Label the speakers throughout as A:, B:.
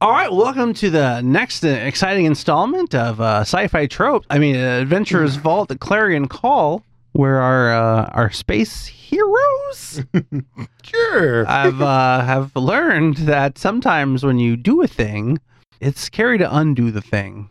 A: All right, welcome to the next uh, exciting installment of uh, Sci-Fi Trope. I mean, uh, Adventurer's Vault, the Clarion Call, where our uh, our space heroes
B: Sure.
A: have uh, have learned that sometimes when you do a thing, it's scary to undo the thing.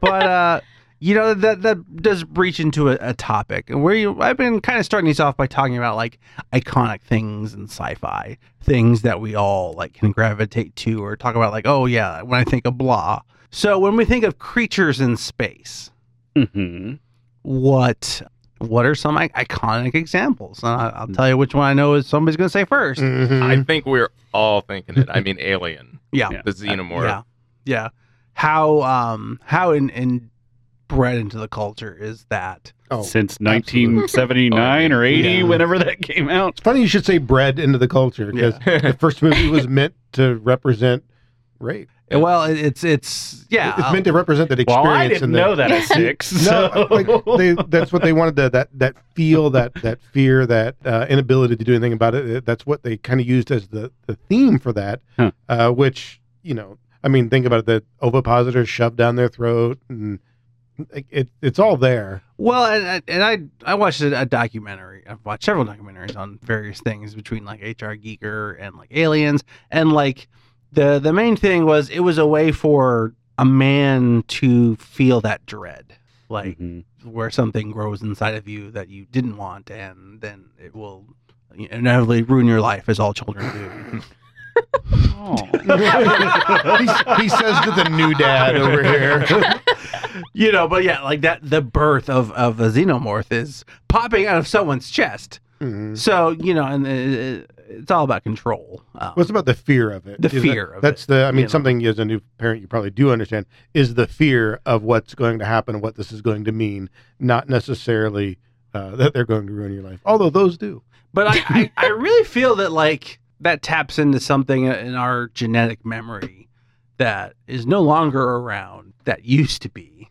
A: but uh, you know that that does breach into a, a topic, and where you, I've been kind of starting these off by talking about like iconic things in sci-fi, things that we all like can gravitate to, or talk about like, oh yeah, when I think of blah. So when we think of creatures in space,
C: Mm-hmm.
A: what what are some I- iconic examples? And I, I'll tell you which one I know is somebody's going to say first.
B: Mhm.
D: I think we're all thinking it. I mean, Alien,
A: Yeah.
C: Yeah.
D: the Xenomorph.
A: Yeah, yeah. How um how in, in bred into the culture is that?
B: oh. It's
C: Since 1979 or 80,
A: Yeah.
C: whenever that came out.
B: funny you should say bred into the culture because the first movie was meant to represent rape.
D: Yeah.
A: Well, it, it's it's yeah.
B: It's meant to represent that
C: oh. Well,
B: experience.
C: I didn't
B: and
C: know that at six.
B: No,
C: so.
B: like they, that's what they wanted to, that that feel that that fear that uh, inability to do anything about it. uh, That's what they kind of used as the, the theme for that.
C: Huh.
B: Uh, which you know, I mean, think about it: the ovipositor shoved down their throat, and like, it, it's all there.
A: well, and and I I watched a, a documentary. I've watched several documentaries on various things between like HR Geeker and like aliens, and like the the main thing was it was a way for a man to feel that dread, like
C: Mhm.
A: where something grows inside of you that you didn't want, and then it will inevitably ruin your life, as all children do.
C: Oh.
B: he, he says to the new dad over here.
A: you know, but yeah, like that the birth of of a xenomorph is popping out of someone's chest.
B: Mhm.
A: So you know, and it, it's all about control. Um,
B: What's about the fear of it?
A: The
B: Is
A: fear
B: That,
A: of
B: that's the. I mean,
A: you know.
B: something as a new parent, you probably do understand is the fear of what's going to happen, and what this is going to mean, not necessarily uh, that they're going to ruin your life. Although those do.
A: but I, I I really feel that like that taps into something in our genetic memory that is no longer around that used to be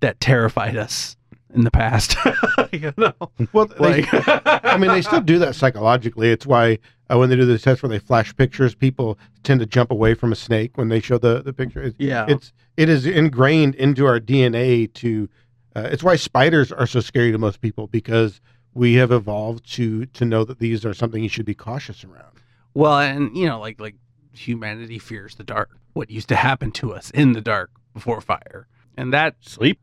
A: that terrified us in the past. you know,
B: Well, they,
A: like
B: I mean, they still do that psychologically. It's why uh, when they do the test where they flash pictures, people tend to jump away from a snake when they show the the picture. It,
A: yeah.
B: It's it is ingrained into our DNA to. Uh, it's why spiders are so scary to most people because we have evolved to to know that these are something you should be cautious around.
A: Well, and you know, like like humanity fears the dark. What used to happen to us in the dark before fire, and that
C: Sleep?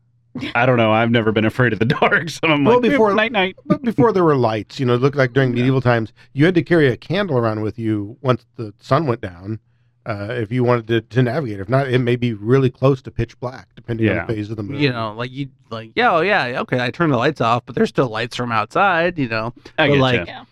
C: I don't know. I've never been afraid of the dark, so I'm
B: Well,
C: like,
B: before-
C: night, night.
B: But before there were lights, you know, it looked like during medieval times, you had to carry a candle around with you once the sun went down. Uh, if you wanted to, to navigate, if not, it may be really close to pitch black, depending
C: Yeah.
B: on the phase of the moon.
A: you know, like you like, yeah, oh, yeah, okay, I turned the lights off, but there's still lights from outside. You know,
C: I
A: But
C: get
A: like
C: ya.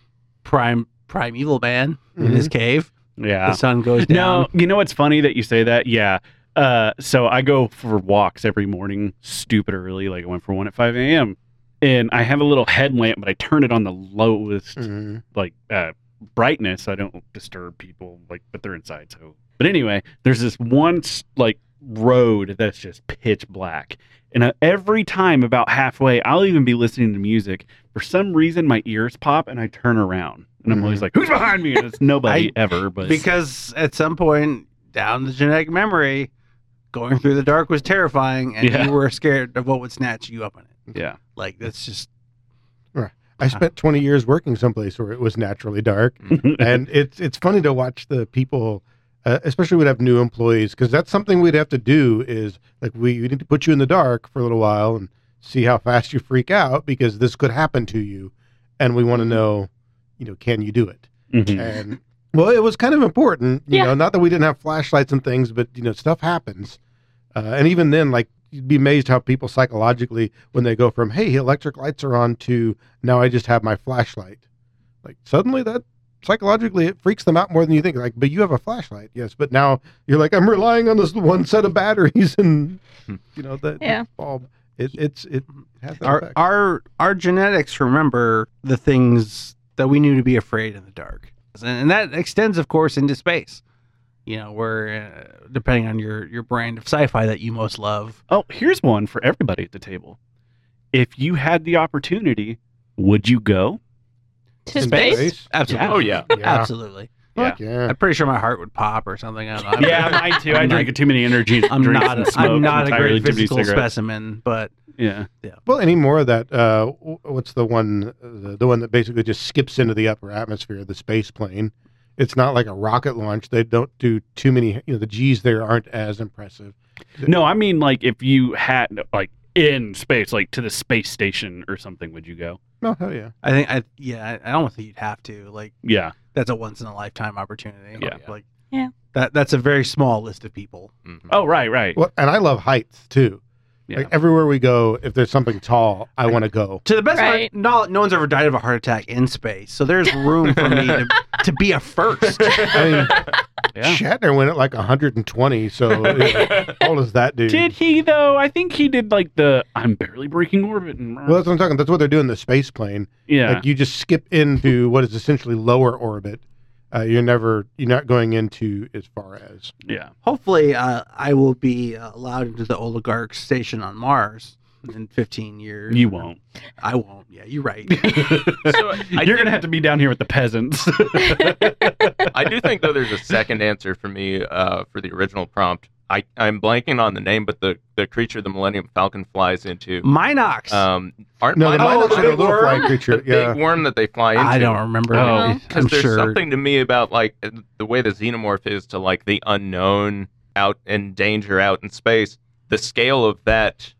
A: prime primeval man in his cave,
C: Mm-hmm. yeah.
A: the sun goes down.
C: No, you know what's funny that you say that? Yeah. Uh, so I go for walks every morning, stupid early. Like I went for one at 5 a.m. And I have a little headlamp, but I turn it on the lowest
B: Mhm.
C: like uh, brightness. so I don't disturb people, like, but they're inside. So, but anyway, there's this one s- like road that's just pitch black, and uh, every time about halfway, I'll even be listening to music. For some reason, my ears pop, and I turn around, and I'm always like, "Who's behind me?" And it's nobody ever, but
A: because at some point down the genetic memory, going through the dark was terrifying, and
C: Yeah.
A: you were scared of what would snatch you up in it.
C: yeah,
A: Like that's just
B: I spent 20 years working someplace where it was naturally dark.
C: Mm-hmm.
B: and it's it's funny to watch the people, uh, especially we'd have new employees, because that's something we'd have to do is like we, we need to put you in the dark for a little while and see how fast you freak out because this could happen to you, and we want to know, you know, can you do it?
C: Mhm.
B: And well, it was kind of important, you
E: Yeah.
B: know, not that we didn't have flashlights and things, but you know, stuff happens, uh, and even then, like. You'd be amazed how people psychologically, when they go from "Hey, electric lights are on" to "Now I just have my flashlight," like suddenly that psychologically it freaks them out more than you think like but you have a flashlight yes but now you're like i'm relying on this one set of batteries and you know that
E: Yeah.
B: bulb it, it's it has that
A: our
B: effect.
A: our our genetics remember the things that we knew to be afraid in the dark, and, and that extends, of course, into space. You know, where uh, depending on your your brand of sci-fi that you most love,
C: Oh, here's one for everybody at the table. If you had the opportunity, would you go?
E: To space?
A: absolutely,
D: Oh yeah.
B: yeah
A: absolutely.
B: Fuck yeah.
A: I'm pretty sure my heart would pop or something. I don't know.
C: Yeah, mine too. I
A: I'm
C: drink too many energy
A: I'm
C: drinks
A: not.
C: and
A: A,
C: smoke
A: I'm not a
C: entirely
A: great
C: too many
A: physical
C: cigarettes.
A: specimen, but
C: Yeah.
B: Well, any more of that? Uh, w- what's the one? The, the one that basically just skips into the upper atmosphere, the space plane. It's not like a rocket launch. They don't do too many. You know, the G's there aren't as impressive.
C: No, I mean like if you had like in space, like to the space station or something, would you go?
B: No, Oh, hell yeah.
A: I think I yeah. I I don't think you'd have to. Like
C: Yeah.
A: that's a once in a lifetime opportunity.
D: Yeah.
A: Like
E: Yeah.
A: That that's a very small list of people.
D: Mhm.
C: Oh right, right.
B: Well, and I love heights too.
C: Yeah.
B: Like everywhere we go, if there's something tall, I want to go.
A: To the best
E: Right.
A: of my knowledge, no one's ever died of a heart attack in space, so there's room for me to, to be a first.
B: I mean,
C: Yeah.
B: Shatner went at like 120, so how old is that dude?
C: Did he though? I think he did like the I'm barely breaking orbit and
B: well, that's what I'm talking. That's what they're doing in the space plane.
C: yeah.
B: Like you just skip into what is essentially lower orbit. Uh, you're never, you're not going into as far as.
C: yeah.
A: Hopefully, uh, I will be uh, allowed into the oligarch station on Mars in 15 years.
C: You won't.
A: I won't. Yeah, you're right.
D: So I
C: You're
D: do-
C: gonna have to be down here with the peasants.
D: I do think though there's a second answer for me uh, for the original prompt. I I'm blanking on the name, but the the creature the Millennium Falcon flies into.
A: Minox.
D: Um, aren't
B: No, the
D: mine-
A: Oh,
B: Minox
A: the
B: are the
A: big
B: little
A: worm?
B: flying
D: the
B: creature.
D: big
B: Yeah,
D: worm that they fly into.
A: I don't remember.
C: Oh.
A: it.
D: because
A: I'm
D: there's
A: sure.
D: something to me about like the way the xenomorph is to like the unknown out in danger out in space the scale of that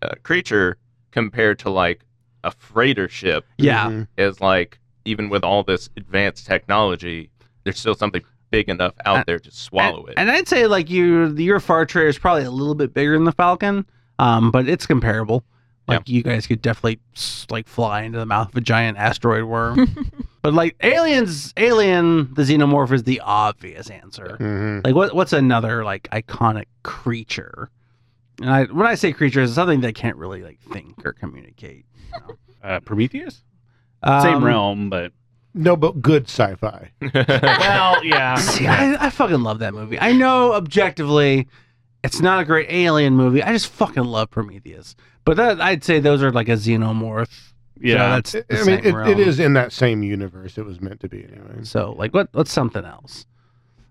D: uh, creature compared to like a freighter ship
A: Yeah.
B: Mhm.
D: is like even with all this advanced technology there's still something big enough out
A: And-
D: there to swallow it
A: And I'd say like you, your far trader is probably a little bit bigger than the Falcon, um, but it's comparable. Like you guys could definitely s- like fly into the mouth of a giant asteroid worm. but like aliens, alien, the xenomorph is the obvious answer.
B: Mhm.
A: Like what what's another like iconic creature? And I, when I say creature, it's something that can't really like think or communicate.
C: uh, Prometheus?
A: Um,
C: Same realm, but
B: No, but good sci-fi.
C: well, yeah.
A: See, I, I fucking love that movie. I know objectively it's not a great alien movie. I just fucking love Prometheus. But that I'd say those are like a xenomorph.
C: yeah.
A: So
B: I
A: that's the
B: I
A: same
B: mean, it,
A: realm.
B: it is in that same universe it was meant to be, anyway.
A: So like what what's something else?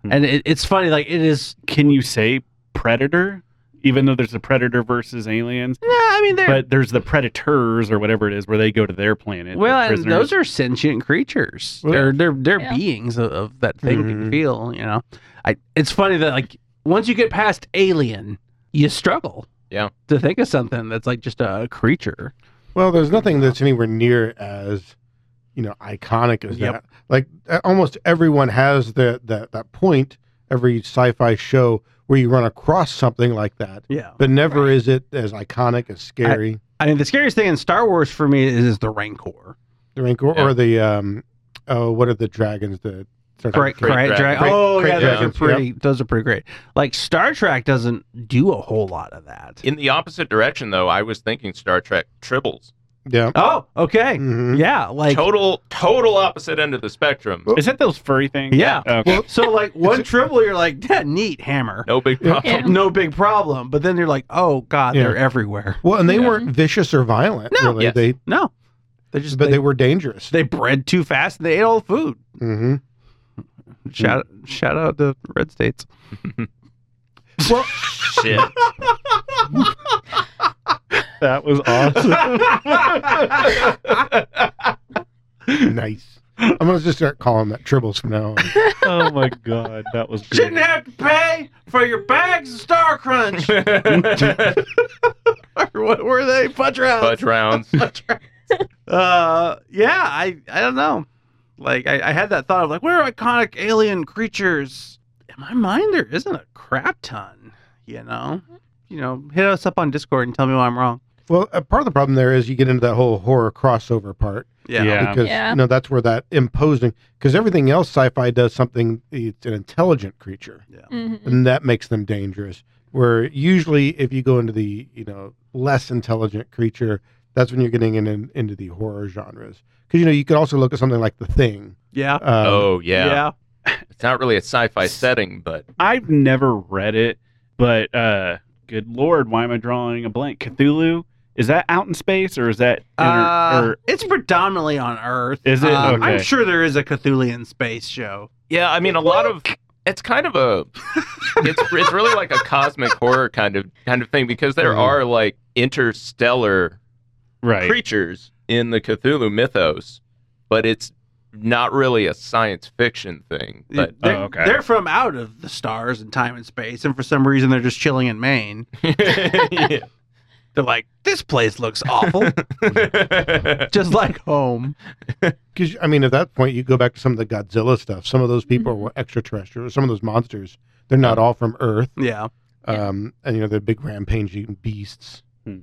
C: Hmm.
A: And it, it's funny, like it is
C: Can you say predator? Even though there's a predator versus aliens,
A: yeah, I mean they're
C: but there's the predators or whatever it is where they go to their planet.
A: well,
C: they're
A: and
C: prisoners.
A: those are sentient creatures.
B: Well-
A: they're they're they're
E: Yeah.
A: beings of, of that thing that
C: Mm-hmm.
A: you
B: Mhm.
A: feel. You know, I. It's funny that like once you get past alien, you struggle.
D: Yeah.
A: To think of something that's like just a creature.
B: Well, there's nothing that's anywhere near as you know iconic as
A: Yep.
B: that. Like a- almost everyone has that that that point. Every sci-fi show where you run across something like that,
A: Yeah.
B: but never is it as iconic as scary.
A: I mean, the scariest thing in Star Wars for me is, is the Rancor.
B: the Rancor
D: Yeah.
B: or the um, oh, what are the dragons? The
A: Right,
D: Crate
A: right,
D: dragon.
A: dra- Oh,
B: crate
A: yeah, those are
B: dragons,
A: pretty. Those are pretty great. Like Star Trek doesn't do a whole lot of that.
D: in the opposite direction though i was thinking star trek tribbles
B: yeah.
A: oh, okay,
B: Mhm.
A: yeah, like
D: total total opposite end of the spectrum
B: Well-
C: Is that those furry things?
A: Yeah.
C: Okay.
A: so like one triple, you're like, that neat hammer.
D: no big
B: Yeah.
D: problem
E: Yeah.
A: no big problem. But then you're like, oh god,
B: Yeah.
A: they're everywhere.
B: Well, and they
D: Yeah.
B: weren't vicious or violent.
A: No,
B: really.
D: yes.
B: They
A: No, they're just
B: but
A: they, Mm-hmm.
B: they, were dangerous.
A: they bred too fast and they ate all the food.
B: hmm
A: Shout shout out to Red States.
B: Well,
D: shit
C: That was awesome.
B: nice. I'm gonna just start calling that tribbles from now on.
C: oh my god, that was good.
A: Shouldn't have to pay for your bags of Star Crunch. or what were they? Fudge rounds.
D: fudge rounds
A: Uh, yeah, I I don't know. Like I, I had that thought of like, where are iconic alien creatures? In my mind, there isn't a crap ton. You know, you know, hit us up on Discord and tell me why I'm wrong.
B: Well, uh, part of the problem there is you get into that whole horror crossover part
C: Yeah.
B: because
E: Yeah.
B: you know that's where that imposing because everything else sci-fi does something it's an intelligent creature
E: Mhm.
B: and that makes them dangerous. Where usually if you go into the you know less intelligent creature, that's when you're getting in, in- into the horror genres because you know you could also look at something like The Thing.
A: Yeah.
B: Um,
D: oh yeah
A: yeah.
D: It's not really a sci-fi setting, but
C: I've never read it, but uh good lord, why am I drawing a blank? Cthulhu? Is that out in space or is that inter-
A: Uh,
C: or
A: it's predominantly on Earth.
C: Is it?
A: Um, I'm
C: Okay.
A: sure there is a Cthulian space show.
D: Yeah, I mean a lot of it's kind of a it's it's really like a cosmic horror kind of kind of thing because there
B: Mhm.
D: are like interstellar
C: Right.
D: creatures in the Cthulhu mythos, but it's not really a science fiction thing. But
A: they're,
C: Oh, okay.
A: they're from out of the stars and time and space, and for some reason they're just chilling in Maine. They're like, this place looks awful, just like home.
B: Because I mean, at that point, you go back to some of the Godzilla stuff. Some of those people were extraterrestrials. Some of those monsters, they're not all from Earth.
A: Yeah,
B: Um, and you know, they're big rampaging beasts.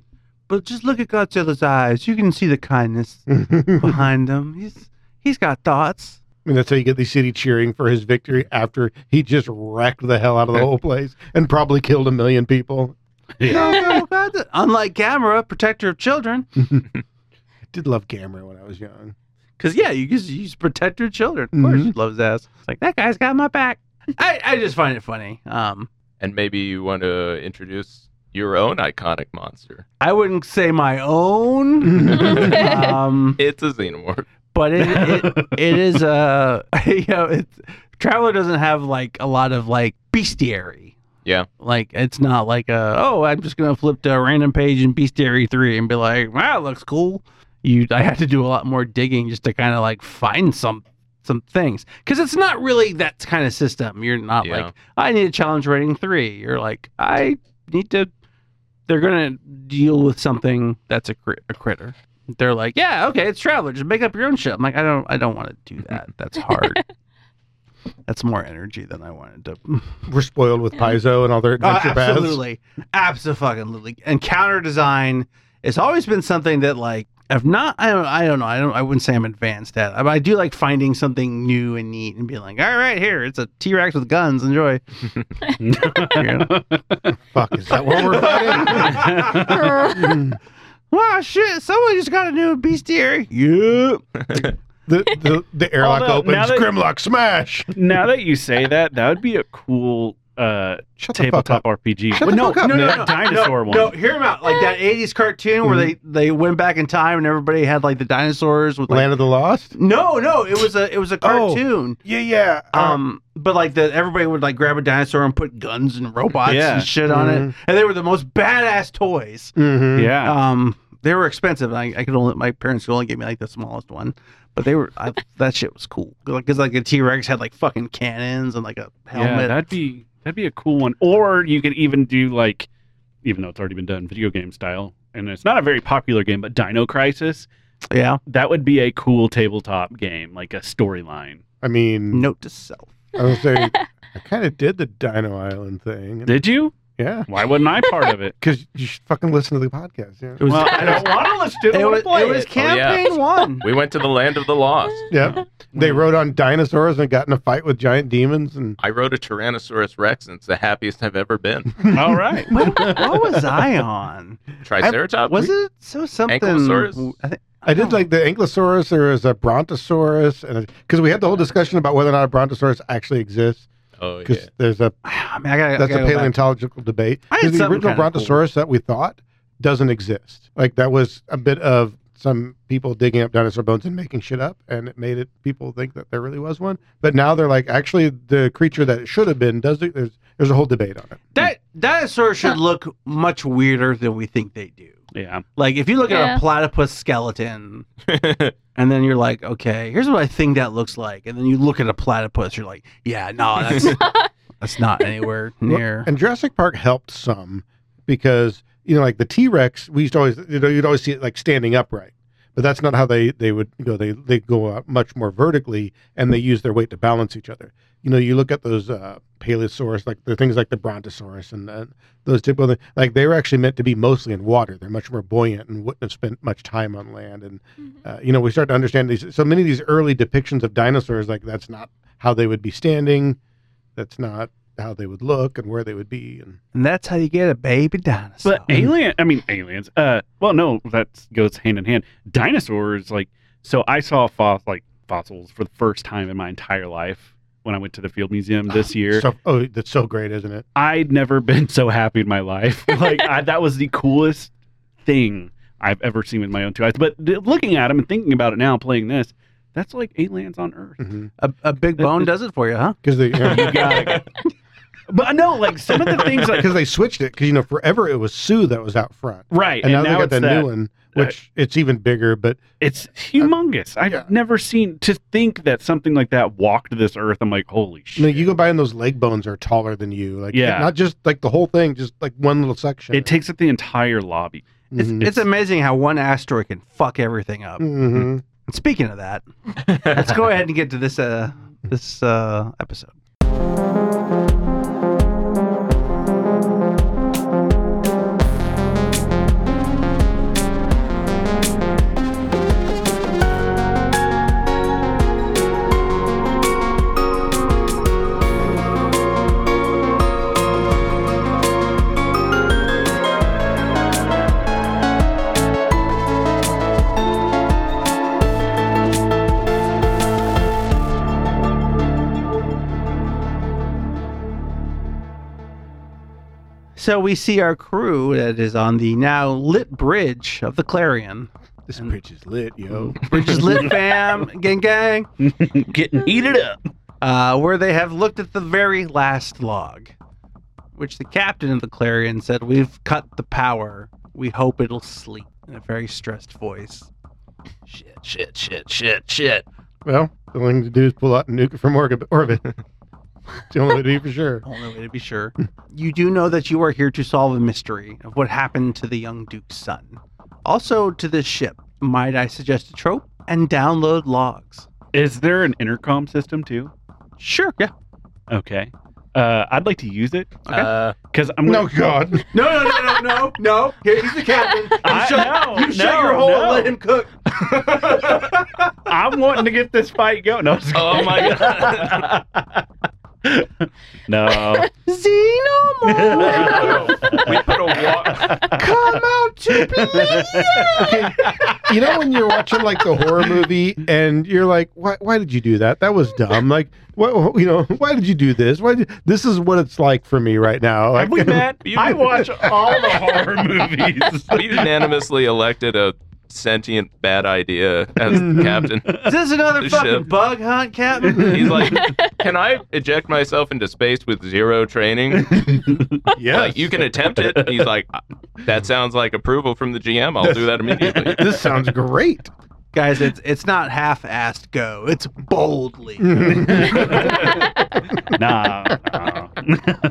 A: but just look at Godzilla's eyes. You can see the kindness
B: I
A: behind them. He's he's got thoughts.
B: mean, that's how you get the city cheering for his victory after he just wrecked the hell out of the whole place and probably killed a million people.
A: Go, go, Godzilla. Unlike Gamera, protector of children.
B: Did love Gamera when I was young.
A: Cause yeah, you just you just protect your children. Of course,
B: Mhm.
A: she loves ass. It's like that guy's got my back. I, I just find it funny. Um,
D: and maybe you want to introduce your own iconic monster.
A: I wouldn't say my own,
E: Mm-hmm.
A: um,
D: It's a xenomorph.
A: but it, it it is a you know it's, Traveler doesn't have like a lot of like bestiary.
D: Yeah.
A: like it's not like a oh I'm just gonna flip to a random page in bestiary three and be like wow it looks cool. You I had to do a lot more digging just to kind of like find some some things because it's not really that kind of system. You're not
D: Yeah.
A: like I need a challenge rating three. You're like I need to. They're gonna deal with something that's a, crit- a critter. They're like, yeah, okay, it's Traveler. Just make up your own shit. I'm like, I don't, I don't want to do that. That's hard. That's more energy than I wanted to.
B: We're spoiled with Paizo and all their
A: Oh,
B: adventure paths.
A: absolutely, absolutely. And counter design has always been something that, like, if not, I don't, I don't know. I don't. I wouldn't say I'm advanced at. it, But I do like finding something new and neat and being like, all right, here it's a T Rex with guns. Enjoy.
B: Fuck, is that what we're fighting? Mm.
A: Wow, shit! Someone just got a new bestiary. Yeah.
B: the, the, the airlock
C: Although, now
B: opens.
C: that-
B: Grimlock smash.
C: now that you say that, that would be a cool uh,
B: Shut the fuck
C: tabletop
B: up.
C: RPG.
B: Shut the
C: no,
B: fuck up,
C: no, no,
B: man.
C: that dinosaur one.
A: No, hear him out. Like that '80s cartoon where they they went back in time and everybody had like the dinosaurs with like.
B: Land of the Lost.
A: no, no, it was a it was a
B: Oh.
A: cartoon.
B: Yeah, yeah.
A: Um, but like the everybody would like grab a dinosaur and put guns and robots
C: Yeah. Mm-hmm.
A: and shit on it,
B: Mhm.
A: and they were the most badass toys.
B: mhm.
C: Yeah.
A: Um, they were expensive. And I, I could only my parents could only give me like the smallest one, but they were I, that shit was cool. Like because like a T Rex had like fucking cannons and like a
B: Oh,
A: helmet.
C: Yeah, that'd be that'd be a cool one. Or you could even do like, even though it's already been done, video game style, and it's not a very popular game, but Dino Crisis.
A: yeah.
C: That would be a cool tabletop game, like a storyline.
B: I mean,
A: Note to self.
B: I was saying, I kind of did the Dino Island thing.
C: Did you?
B: yeah.
C: Why wasn't I part of it?
B: Because you should fucking listen to the podcast. Yeah.
A: It was.
C: Well, I don't want to listen to it. I
A: it
C: wanna
A: was,
C: play
A: it was
D: Oh, yeah.
A: campaign one.
D: We went to the land of the lost.
B: Yeah. They rode on dinosaurs and got in a fight with giant demons. And
D: I rode a Tyrannosaurus Rex, and it's the happiest I've ever been.
C: All right.
A: what, what was I on?
C: Uh,
D: Triceratops.
A: Was it so something?
D: Ankylosaurus?
A: I think
B: I did
A: Oh.
B: like the Ankylosaurus. There was a Brontosaurus. and Because we had the whole discussion about whether or not a Brontosaurus actually exists.
D: Oh yeah.
B: Because there's a
A: I mean, I gotta,
B: that's
A: I gotta
B: a
A: go back.
B: paleontological debate.
A: I had
B: 'Cause the
A: something
B: original
A: kinda cool.
B: Brontosaurus that we thought doesn't exist. Like that was a bit of some people digging up dinosaur bones and making shit up, and it made it people think that there really was one. But now they're like, actually, the creature that it should have been does. There's there's a whole debate on it.
A: That dinosaurs should look much weirder than we think they do.
C: Yeah.
A: Like if you look at
E: Yeah.
A: a platypus skeleton, and then you're like, okay, here's what I think that looks like, and then you look at a platypus, you're like, yeah, no, that's that's not anywhere near.
B: And Jurassic Park helped some because you know, like the T Rex, we used to always you know you'd always see it like standing upright, but that's not how they they would go. They they go out much more vertically and they use their weight to balance each other. You know, you look at those uh, paleosaurs, like the things like the Brontosaurus and uh, those typical things, like they were actually meant to be mostly in water. They're much more buoyant and wouldn't have spent much time on land. And uh, you know, we start to understand these. So many of these early depictions of dinosaurs, like that's not how they would be standing. That's not how they would look and where they would be. And
A: And that's how you get a baby dinosaur.
C: But alien, I mean aliens. Uh, well, no, that goes hand in hand. Dinosaurs, like, so I saw fos- like fossils for the first time in my entire life when I went to the Field Museum this year.
B: stuff. Oh, that's so great, isn't it?
C: I'd never been so happy in my life. Like I, that was the coolest thing I've ever seen with my own two eyes. But th- looking at them and thinking about it now, playing this, That's like aliens on Earth.
B: Mhm.
A: A, a big bone does it for you, huh?
B: 'Cause they
C: You got it. But I know, like some of the things, like
B: because they switched it because you know forever it was Sue that was out front,
C: right,
B: and, now, they got
C: it's
B: the
C: that-
B: new one, which it's even bigger. But
C: It's humongous. I've
B: yeah.
C: never seen to think that something like that walked this Earth. I'm like, holy shit!
B: you, know, you go by and those leg bones are taller than you. Like
C: Yeah.
B: not just like the whole thing, just like one little section.
C: it takes up the entire lobby.
A: It's, Mm.
B: Mhm.
A: it's amazing how one asteroid can fuck everything up.
C: Mm-hmm.
B: Mhm.
A: And speaking of that, let's go ahead and get to this uh this uh episode. So we see our crew that is on the now lit bridge of the Clarion.
B: This bridge is lit, yo.
A: Bridge is lit, fam, gang, gang.
C: Getting eat it up.
A: Uh, where they have looked at the very last log, which the captain of the Clarion said, "We've cut the power. We hope it'll sleep." In a very stressed voice.
D: shit, shit, shit, shit, shit.
B: Well, the only thing to do is pull out and nuke it from orbit. orbit. It's the only way to do for sure.
A: Only way to be sure. You do know that you are here to solve a mystery of what happened to the young Duke's son. Also, to this ship, might I suggest a trope and download logs?
C: Is there an intercom system too?
A: Sure. Yeah.
C: Okay. Uh, I'd like to use it
A: Okay.
D: Uh,
C: because I'm
B: No
C: gonna.
B: God,
A: No, no, no, no, no, no. Here, he's the captain. You
C: I-
A: shut,
C: no,
A: you shut
C: no,
A: your hole and
C: no.
A: let him cook.
C: I'm wanting to get this fight going. No, I'm just
D: Oh my
C: kidding. no.
A: Xenomorph,
D: we put a
A: come out to
B: you know when you're watching like the horror movie and you're like, why? Why did you do that? That was dumb. Like, what? You know, why did you do this? Why? Did, this is what it's like for me right now. Like,
C: Have we met?
D: You-
C: I watch all the horror movies.
D: walk. We unanimously elected a sentient bad idea as the captain.
A: Is this another
D: The
A: fucking
D: ship.
A: bug hunt, Captain?
D: He's like, "Can I eject myself into space with zero training?
B: yes.
D: Like, you can attempt it." And he's like, "That sounds like approval from the GM. I'll do that immediately."
B: this sounds great.
A: Guys, it's it's not half-assed go. It's boldly.
C: nah. nah.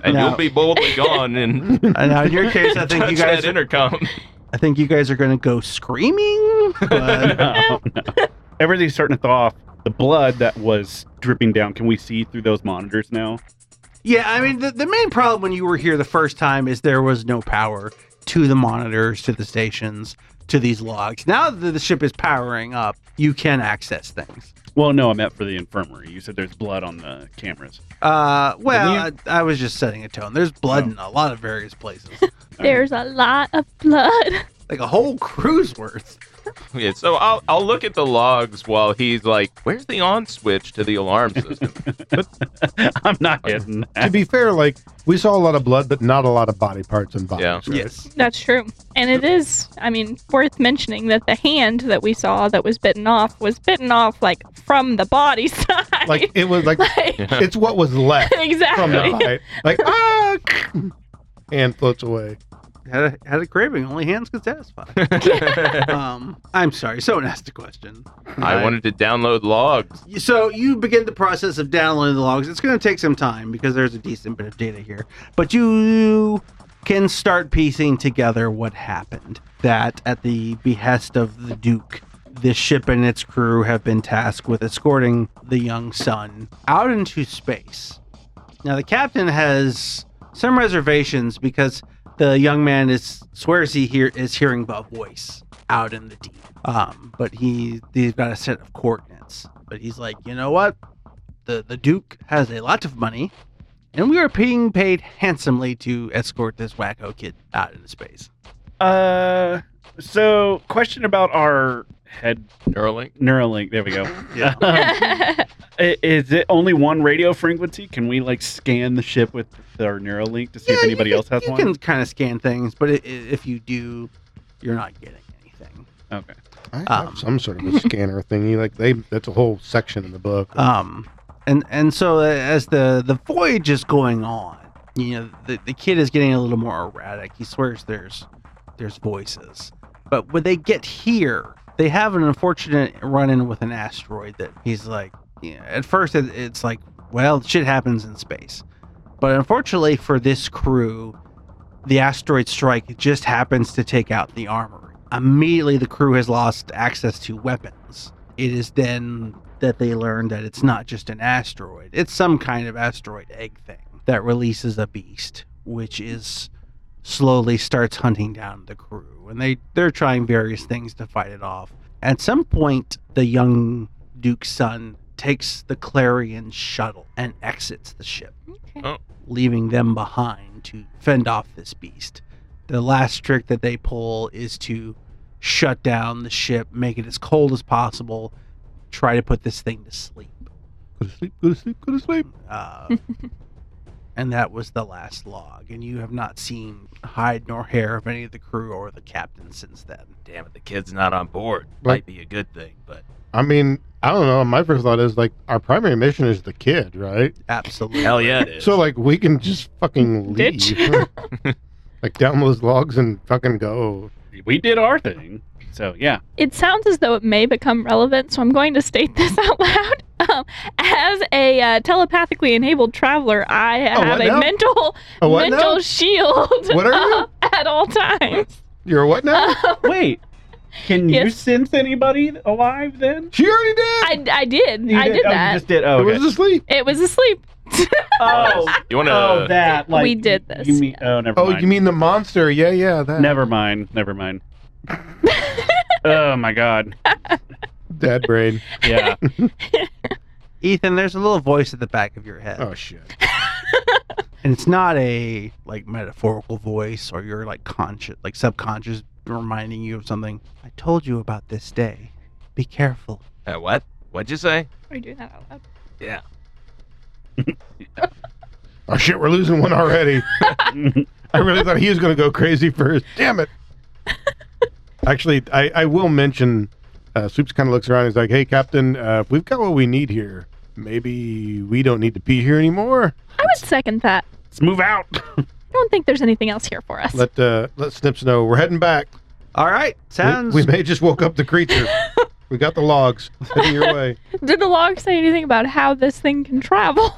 D: And
A: No.
D: you'll be boldly gone and
A: Uh, now, in your case, I think
D: touch
A: you guys
D: that intercom.
A: I think you guys are going to go screaming. But
C: No, no. Everything's starting to thaw off. The blood that was dripping down, can we see through those monitors now?
A: yeah, I mean, the, the main problem when you were here the first time is there was no power to the monitors, to the stations, to these logs. Now that the ship is powering up, you can access things.
C: Well, no, I meant for the infirmary. You said there's blood on the cameras.
A: Uh, well,
C: Can
A: I, I was just setting a tone. There's blood
C: Oh.
A: in a lot of various places,
E: There's a lot of blood.
A: like a whole cruise worth.
D: Yeah, so I'll I'll look at the logs while he's like, "Where's the on switch to the alarm system?"
C: I'm not getting
B: to
C: that.
B: be fair, like we saw a lot of blood, but not a lot of body parts and bodies.
D: Yeah.
B: right?
A: Yes.
E: That's true. And it is, I mean, worth mentioning that the hand that we saw that was bitten off was bitten off like from the body side.
B: Like it was like
E: Like,
D: Yeah.
B: it's what was left from the
E: exactly.
B: fight. Like ah, and floats away.
A: Had a, had a craving only hands could satisfy.
D: I
A: um, I'm sorry. Someone asked a question.
D: wanted to download logs.
A: So you begin the process of downloading the logs. It's going to take some time because there's a decent bit of data here, but you can start piecing together what happened. That at the behest of the Duke, this ship and its crew have been tasked with escorting the young son out into space. Now the captain has some reservations because the young man is swears he hear, is hearing a voice out in the deep. Um, but he he's got a set of coordinates. But he's like, you know what? The the Duke has a lot of money, and we are being paid handsomely to escort this wacko kid out into space.
C: Uh, so, question about our head
D: Neuralink.
C: Neuralink. There we go.
A: Yeah.
C: Um, i- is it only one radio frequency? Can we, like, scan the ship with our Neuralink to see if
A: you
C: anybody
A: can-
C: else has
A: you
C: one?
A: can kind of scan things, but i i if you do, you're not getting anything.
C: Okay.
B: I have
A: Um.
B: some sort of a scanner thingy. Like they, that's a whole section in the book.
A: Um, and and so uh, as the the voyage is going on, you know, the, the kid is getting a little more erratic. He swears there's there's voices, but when they get here, they have an unfortunate run-in with an asteroid that he's like. Yeah, at first it, it's like, well, shit happens in space, but unfortunately for this crew, the asteroid strike just happens to take out the armory. Immediately, the crew has lost access to weapons it is then that they learn that it's not just an asteroid, it's some kind of asteroid egg thing that releases a beast, which is slowly starts hunting down the crew. And they, they're trying various things to fight it off. At some point, the young Duke's son takes the Clarion shuttle and exits the ship
E: Okay.
D: Oh.
A: leaving them behind to fend off this beast. The last trick that they pull is to shut down the ship, make it as cold as possible, try to put this thing to sleep.
B: Go to sleep. Go to sleep. Go to sleep.
A: Uh, and that was the last log. And you have not seen hide nor hair of any of the crew or the captain since then.
D: Damn it, the kid's not on board.
B: Right.
D: Might be a good thing, but
B: I mean, I don't know. My first thought is like our primary mission is the kid, right?
A: Absolutely.
D: hell yeah, it is.
B: So like we can just fucking
E: Ditch.
B: leave. like down those logs and fucking go.
C: We did our thing. So yeah,
E: It sounds as though it may become relevant, so I'm going to state this out loud. Um, as a uh, telepathically enabled traveler, I
B: Oh,
E: have
B: what
E: a
B: now?
E: mental
B: A what
E: mental
B: now?
E: shield
B: What are you?
E: up at all times.
B: You're a what now?
C: wait. Can you
E: Yes.
C: sense anybody alive then?
B: She already did.
E: I, I did.
C: You
E: I did
C: oh, you
E: that.
C: just did. Oh,
B: It
C: okay.
B: was asleep.
E: It was asleep.
C: oh,
D: you want to?
C: oh, that. Like
E: We did
C: you-
E: this,
C: You mean? uh, Oh, never
B: Oh,
C: mind.
B: you mean the monster? Yeah, yeah. That.
C: Never mind. Never mind. oh my god.
B: Dead brain.
C: Yeah.
A: Ethan, there's a little voice at the back of your head.
B: Oh shit.
A: and it's not a like metaphorical voice or your like conscious like subconscious reminding you of something i told you about this day be careful
D: Uh, what? What'd you say?
E: Are you doing that out loud?
B: Oh shit. We're losing one already. I really thought he was going to go crazy first. Damn it. Actually, I, I will mention. Uh, Soups kind of looks around. He's like, "Hey, Captain, uh, if we've got what we need here, maybe we don't need to be here anymore.
E: I would second that.
C: Let's move out.
E: I don't think there's anything else here for us.
B: Let uh, let Snips know we're heading back.
A: all right
B: We-
A: sounds
B: We, may just woke up the creature. we got the logs heading your way.
E: Did the log say anything about how this thing can travel?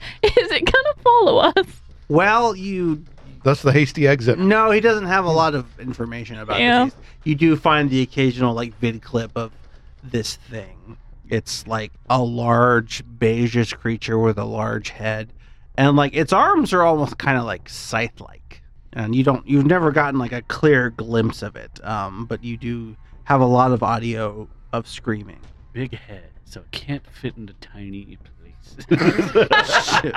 E: Is it gonna follow us?
A: well you
B: That's the hasty exit.
A: no he doesn't have a lot of information about
E: Yeah.
A: this you do find the occasional like vid clip of this thing it's like a large beigish creature with a large head and like its arms are almost kind of like scythe like and you don't you've never gotten like a clear glimpse of it um, but you do have a lot of audio of screaming
C: Big head, so it can't fit into tiny places.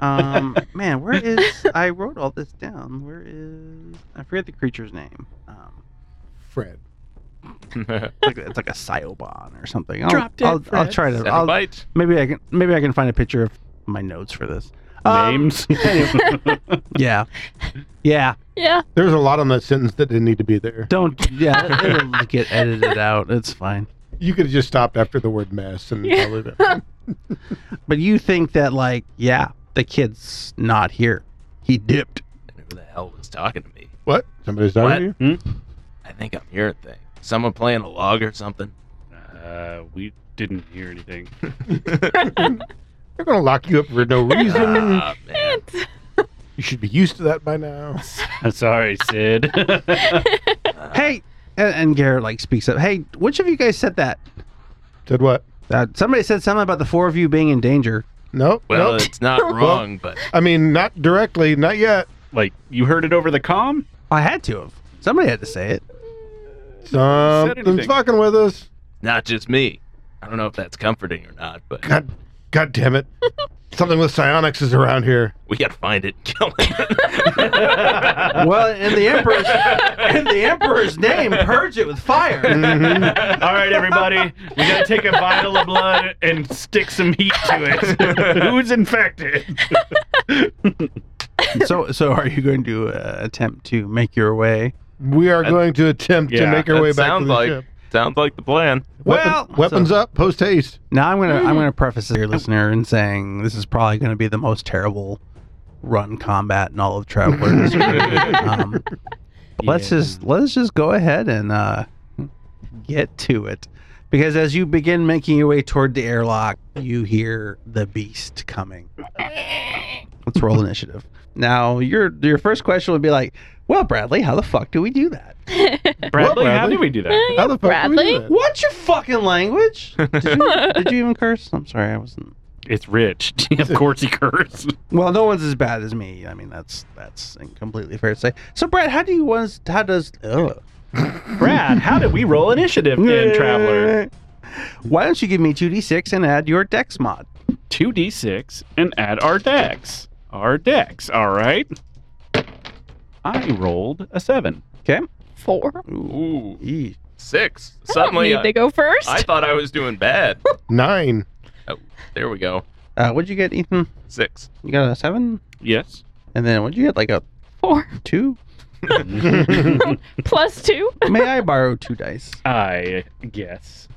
A: um, man where is i wrote all this down where is i forget the creature's name um,
B: Fred.
A: it's, like, it's like a cyoban or something I'll,
C: Drop dead
A: I'll, I'll
C: Fred.
A: try to I'll,
D: Cenobite?
A: maybe i can maybe i can find a picture of my notes for this Um,
C: Names.
A: yeah yeah
E: Yeah.
B: There's a lot on that sentence that didn't need to be there.
A: don't yeah it'll get edited out it's fine
B: You could have just stopped after the word mess and
E: Yeah.
B: I'll leave it.
A: But you think that, like, yeah, the kid's not here. He dipped.
D: Who the hell was talking to me?
B: What? Somebody's talking to you?
D: I think I'm hearing things. Someone playing a log or something?
C: uh, we didn't hear anything.
B: They're going to lock you up for no reason.
D: Ah, man.
B: you should be used to that by now.
C: I'm sorry, Sid.
A: Hey, and, and Garrett like speaks up. Hey, which of you guys said that?
B: Said what?
A: Uh, somebody said something about the four of you being in danger.
B: Nope.
D: Well,
B: nope.
D: it's not wrong, but
B: I mean, not directly, not yet.
C: like you heard it over the comm?
A: I had to have. Somebody had to say it.
B: Something's
C: anything.
B: fucking with us.
D: not just me. I don't know if that's comforting or not, but
B: God, God damn it. Something with psionics is around here.
D: we gotta find it and kill it.
A: well, in the emperor's in the emperor's name, purge it with fire.
B: Mhm.
C: All right, everybody, we gotta take a vial of blood and stick some heat to it. Who's infected?
A: so, so are you going to uh, attempt to make your way
B: We are
D: That-
B: going to attempt to
C: Yeah,
B: make our
D: that
B: way back to
D: sounds
B: the
D: like-
B: ship.
D: Sounds like the plan.
B: Weapon-
A: Well,
B: weapons
A: so-
B: up, post haste.
A: Now I'm gonna I'm
E: Mm.
A: gonna preface this to your listener and saying this is probably gonna be the most terrible run combat in all of Traveler history. um, but let's
C: Yeah.
A: just let's just go ahead and uh, get to it because as you begin making your way toward the airlock, you hear the beast coming. Let's roll initiative. Now your your first question would be like, well, Bradley, how the fuck do we do that?
C: Bradley, how
B: Bradley?
C: do we do that?
B: How the fuck do we do
E: Bradley?
B: that?
A: What's your fucking language? Did you, did you even curse? I'm sorry, I wasn't.
C: It's rich. of course he cursed.
A: Well, no one's as bad as me. I mean, that's that's completely fair to say. So, Brad, how do you was how does ugh.
C: Brad, how do we roll initiative in Traveler?
A: Why don't you give me two d six and add your dex mod?
C: 2d6 and add our dex. Our dex, all right. I rolled a 7.
E: Four.
A: Ooh,
D: Ooh,
A: ee.
D: six.
E: I don't
D: Suddenly,
E: need
D: I,
E: to go first.
D: uh, I thought I was doing bad.
B: Nine.
D: There we go.
A: Uh, what'd you get, Ethan?
D: Six.
A: You got a seven,
C: Yes.
A: and then what'd you get? Like a
E: Four
A: two?
E: plus two.
A: May I borrow two dice?
C: I guess.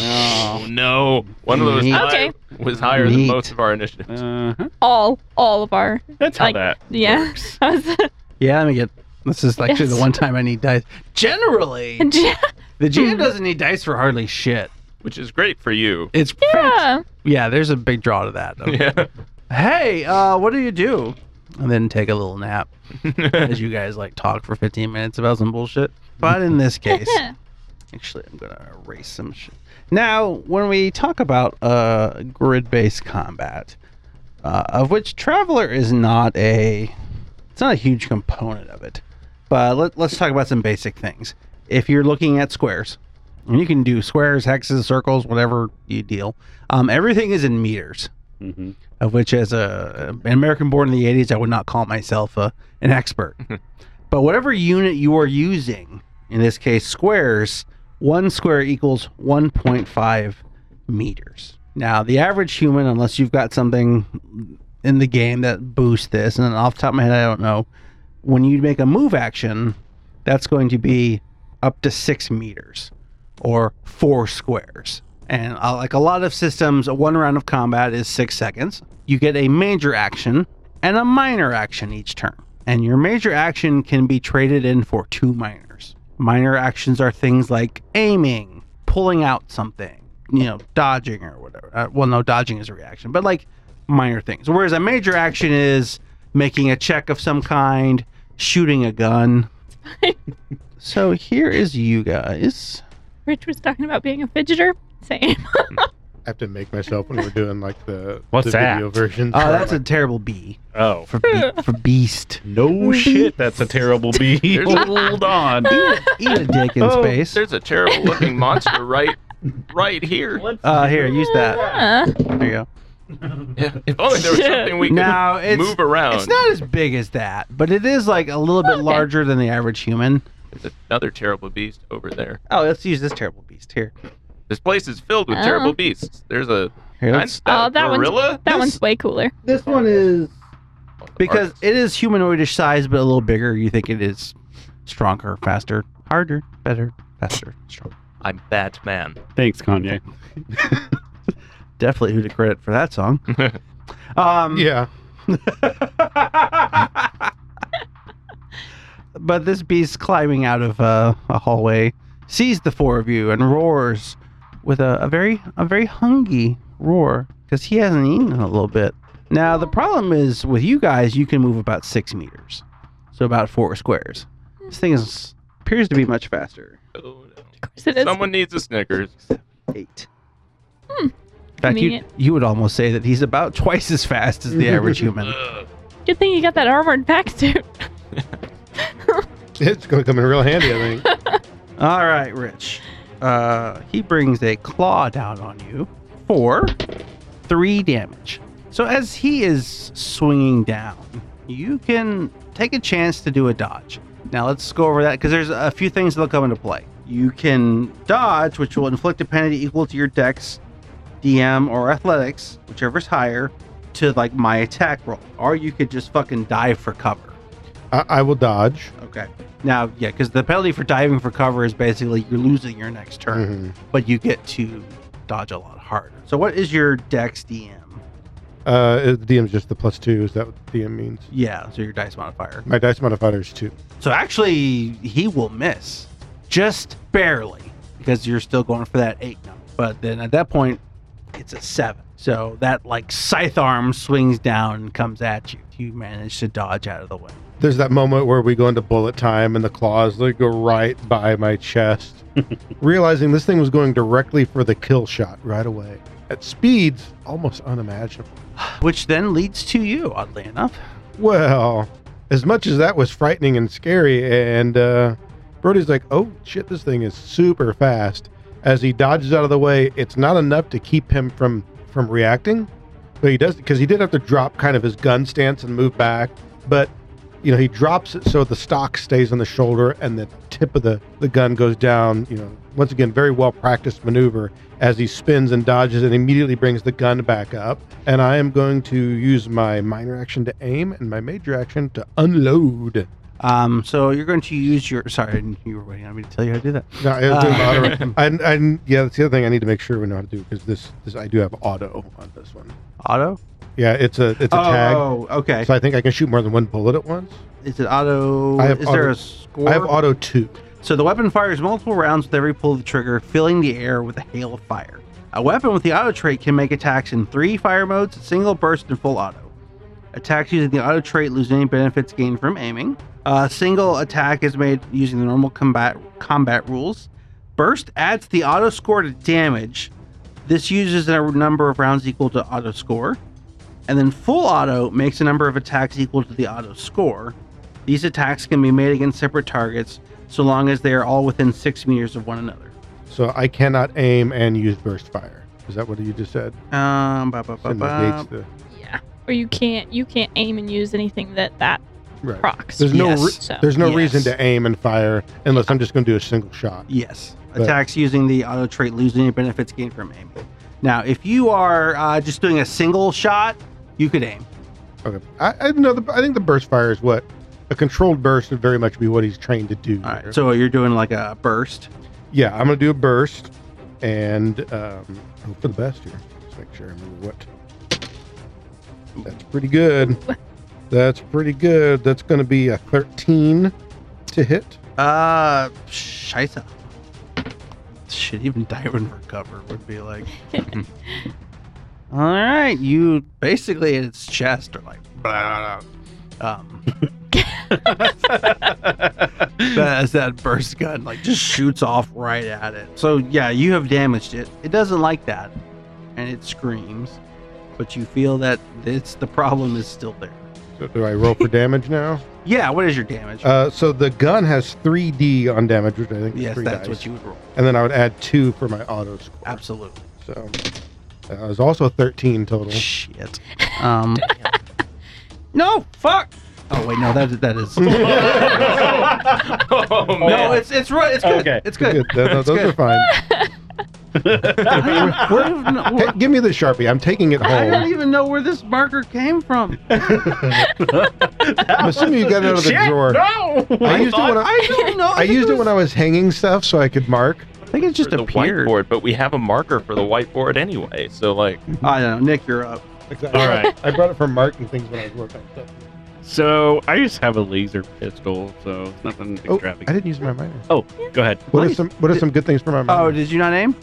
D: Oh, no. One of those
A: Neat.
D: high-
E: Okay.
D: was higher
A: Neat.
D: than most of our initiatives.
C: Uh-huh.
E: All, all of our.
C: That's how
E: Like-
C: that.
E: Yeah.
C: Works.
E: I was-
A: Yeah, let me get. This is actually the
E: Yes.
A: one time I need dice. Generally,
E: yeah.
A: the GM doesn't need dice for hardly shit.
D: which is great for you.
A: It's yeah. yeah. There's a big draw to that.
D: Yeah.
A: hey, uh, what do you do? And then take a little nap as you guys like talk for 15 minutes about some bullshit. But in this case, actually, I'm gonna erase some shit. Now, when we talk about uh, grid-based combat, uh, of which Traveler is not a, it's not a huge component of it. But let, let's talk about some basic things. If you're looking at squares, and you can do squares, hexes, circles, whatever you deal. Um, everything is in meters
C: hmm
A: of which as a an American born in the 80s I would not call myself a, an expert. but whatever unit you are using, in this case squares, one square equals 1.5 meters. Now, the average human unless you've got something in the game that boosts this and off the top of my head I don't know, when you make a move action, that's going to be up to 6 meters or 4 squares. And uh, like a lot of systems, one round of combat is six seconds. You get a major action and a minor action each turn. And your major action can be traded in for two minors. Minor actions are things like aiming, pulling out something, you know, dodging or whatever. Uh, well, no, dodging is a reaction, but like minor things. Whereas a major action is making a check of some kind, shooting a gun. so here is you guys.
E: Rich was talking about being a fidgeter. Same.
B: I have to make myself when we're doing like the,
C: What's
B: the
C: that?
B: video version.
A: Oh, that's a terrible B
C: Oh.
A: for, be- for beast.
C: No shit, that's a terrible bee.
D: There's a-
C: Hold on.
A: eat, a- eat a dick in
C: Oh,
A: space.
D: There's a terrible looking monster right right here.
A: Uh, here, use that.
E: Uh,
A: There you go.
D: Yeah, If only there was
E: Yeah.
D: something we could
A: Now, it's-
D: move around.
A: It's not as big as that, but it is like a little bit
E: Okay.
A: larger than the average human.
D: There's another terrible beast over there.
A: Oh, let's use this terrible beast here.
D: This place is filled with
E: Oh.
D: terrible beasts. There's a
A: Here, let's.
D: that's a
E: Oh, that one's-
D: gorilla.
E: that
A: This-
E: one's way cooler.
A: This one is because
D: Argus.
A: it is humanoidish size, but a little bigger. You think it is stronger, faster, harder, better, faster, stronger.
D: I'm Batman.
C: Thanks, Kanye.
A: Definitely who to credit for that song. Um,
B: yeah.
A: But this beast climbing out of uh, a hallway sees the four of you and roars with a, a very a very hungry roar because he hasn't eaten in a little bit. Now the problem is with you guys, you can move about six meters, so about four squares. This thing is, appears to be much faster.
D: Oh, no.
E: Of course it is.
D: Someone needs a Snickers.
A: Eight. In fact, you,
E: Convenient.
A: you would almost say that he's about twice as fast as the average human.
D: Ugh.
E: Good thing you got that armored back suit.
B: It's going to come in real handy, I think.
A: All right, Rich. Uh, he brings a claw down on you for three damage. So as he is swinging down, you can take a chance to do a dodge. Now let's go over that because there's a few things that'll come into play. You can dodge, which will inflict a penalty equal to your dex, DM, or athletics, whichever's higher, to like my attack roll. Or you could just fucking dive for cover.
B: I, I will dodge.
A: Okay. Now, yeah, because the penalty for diving for cover is basically you're losing your next turn,
B: Mhm.
A: but you get to dodge a lot harder. So, what is your dex DM?
B: Uh, it- DM is just the plus two. Is that what DM means?
A: Yeah, so your dice modifier.
B: My dice modifier is two.
A: So, actually, he will miss just barely because you're still going for that eight number. But then at that point, it's a seven. So, that like scythe arm swings down and comes at you. You manage to dodge out of the way.
B: There's that moment where we go into bullet time and the claws like go right by my chest, realizing this thing was going directly for the kill shot right away at speeds almost unimaginable.
A: Which then leads to you, oddly enough.
B: Well, as much as that was frightening and scary, and uh, Brody's like, oh shit, this thing is super fast. As he dodges out of the way, it's not enough to keep him from from reacting, but he does because he did have to drop kind of his gun stance and move back. But you know, he drops it so the stock stays on the shoulder and the tip of the the gun goes down. You know, once again, very well practiced maneuver as he spins and dodges and immediately brings the gun back up and I am going to use my minor action to aim and my major action to unload.
A: Um, so you're going to use your. Sorry, you were waiting on me to tell you how to do that.
B: No, I, do
A: Ah.
B: auto. I, I- yeah, that's the other thing I need to make sure we know how to do because this, this I do have auto on this one.
A: Auto.
B: Yeah, it's a it's a tag,
A: Oh, okay.
B: so I think I can shoot more than one bullet at once.
A: Is it auto?
B: I have
A: is there
B: auto-
A: a score?
B: I have auto two.
A: So the weapon fires multiple rounds with every pull of the trigger, filling the air with a hail of fire. A weapon with the auto trait can make attacks in three fire modes, single burst, and full auto. Attacks using the auto trait lose any benefits gained from aiming. A single attack is made using the normal combat combat rules. Burst adds the auto score to damage. This uses a number of rounds equal to auto score. And then full auto makes a number of attacks equal to the auto score. These attacks can be made against separate targets so long as they are all within six meters of one another.
B: So I cannot aim and use burst fire. Is that what you just said?
A: Um, ba, ba,
B: So
A: ba,
B: it
A: ba.
B: negates the-
E: Yeah. Or you can't you can't aim and use anything that that
B: right.
E: procs.
B: There's no
A: Yes.
B: re-
E: So
B: there's no
A: Yes.
B: reason to aim and fire unless I'm just going to do a single shot.
A: Yes.
B: But-
A: Attacks using the auto trait lose any benefits gained from aiming. Now, if you are uh, just doing a single shot, you could aim.
B: Okay. I, I know. The, I think the burst fire is what a controlled burst would very much be what he's trained to do.
A: All right.
B: here.
A: So you're doing like a burst.
B: yeah, I'm gonna do a burst and um, hope for the best here. Let's make sure I remember what. That's pretty good. That's pretty good. That's gonna be a 13 to hit.
A: Uh, shite. Shit, even diamond recover would be like. All right, you basically in its chest are like. Blah, Um, that- as that burst gun like just shoots off right at it. So yeah, you have damaged it. It doesn't like that, and it screams, but you feel that it's the problem is still there.
B: So do I roll for damage now?
A: Yeah, what is your damage?
B: Uh, so the gun has 3D on damage, which I think is
A: yes,
B: three
A: that's
B: dice.
A: what you would roll.
B: And then I would add two for my auto score.
A: Absolutely.
B: So that was also 13 total.
A: Shit. Um. no, fuck. Oh wait, no, that that is.
D: oh,
A: no,
D: man.
A: it's it's right. It's good.
C: Okay.
A: It's good.
B: Th- th-
A: It's
B: those
A: good.
B: are fine.
A: I don't- where even-
B: Hey, give me the sharpie. I'm taking it
A: I don't
B: home.
A: even know where this marker came from.
B: I'm assuming you got it out of the
C: Shit,
B: drawer.
C: No!
B: I used it when I,
A: I don't know.
B: I used it when I was hanging stuff so I could mark.
A: I think it just
D: for the
A: appeared.
D: whiteboard, but we have a marker for the whiteboard anyway. So like,
A: I don't know. Nick, you're up.
B: Mm-hmm.
C: All right.
B: I brought it for marking things when I was working.
C: So I just have a laser pistol, so it's nothing
B: Oh, I
C: extravagant.
B: didn't use my minor.
C: Go ahead.
B: What are
A: Nice.
B: some What are some good things for my
A: Oh,
B: minor?
A: did you not aim?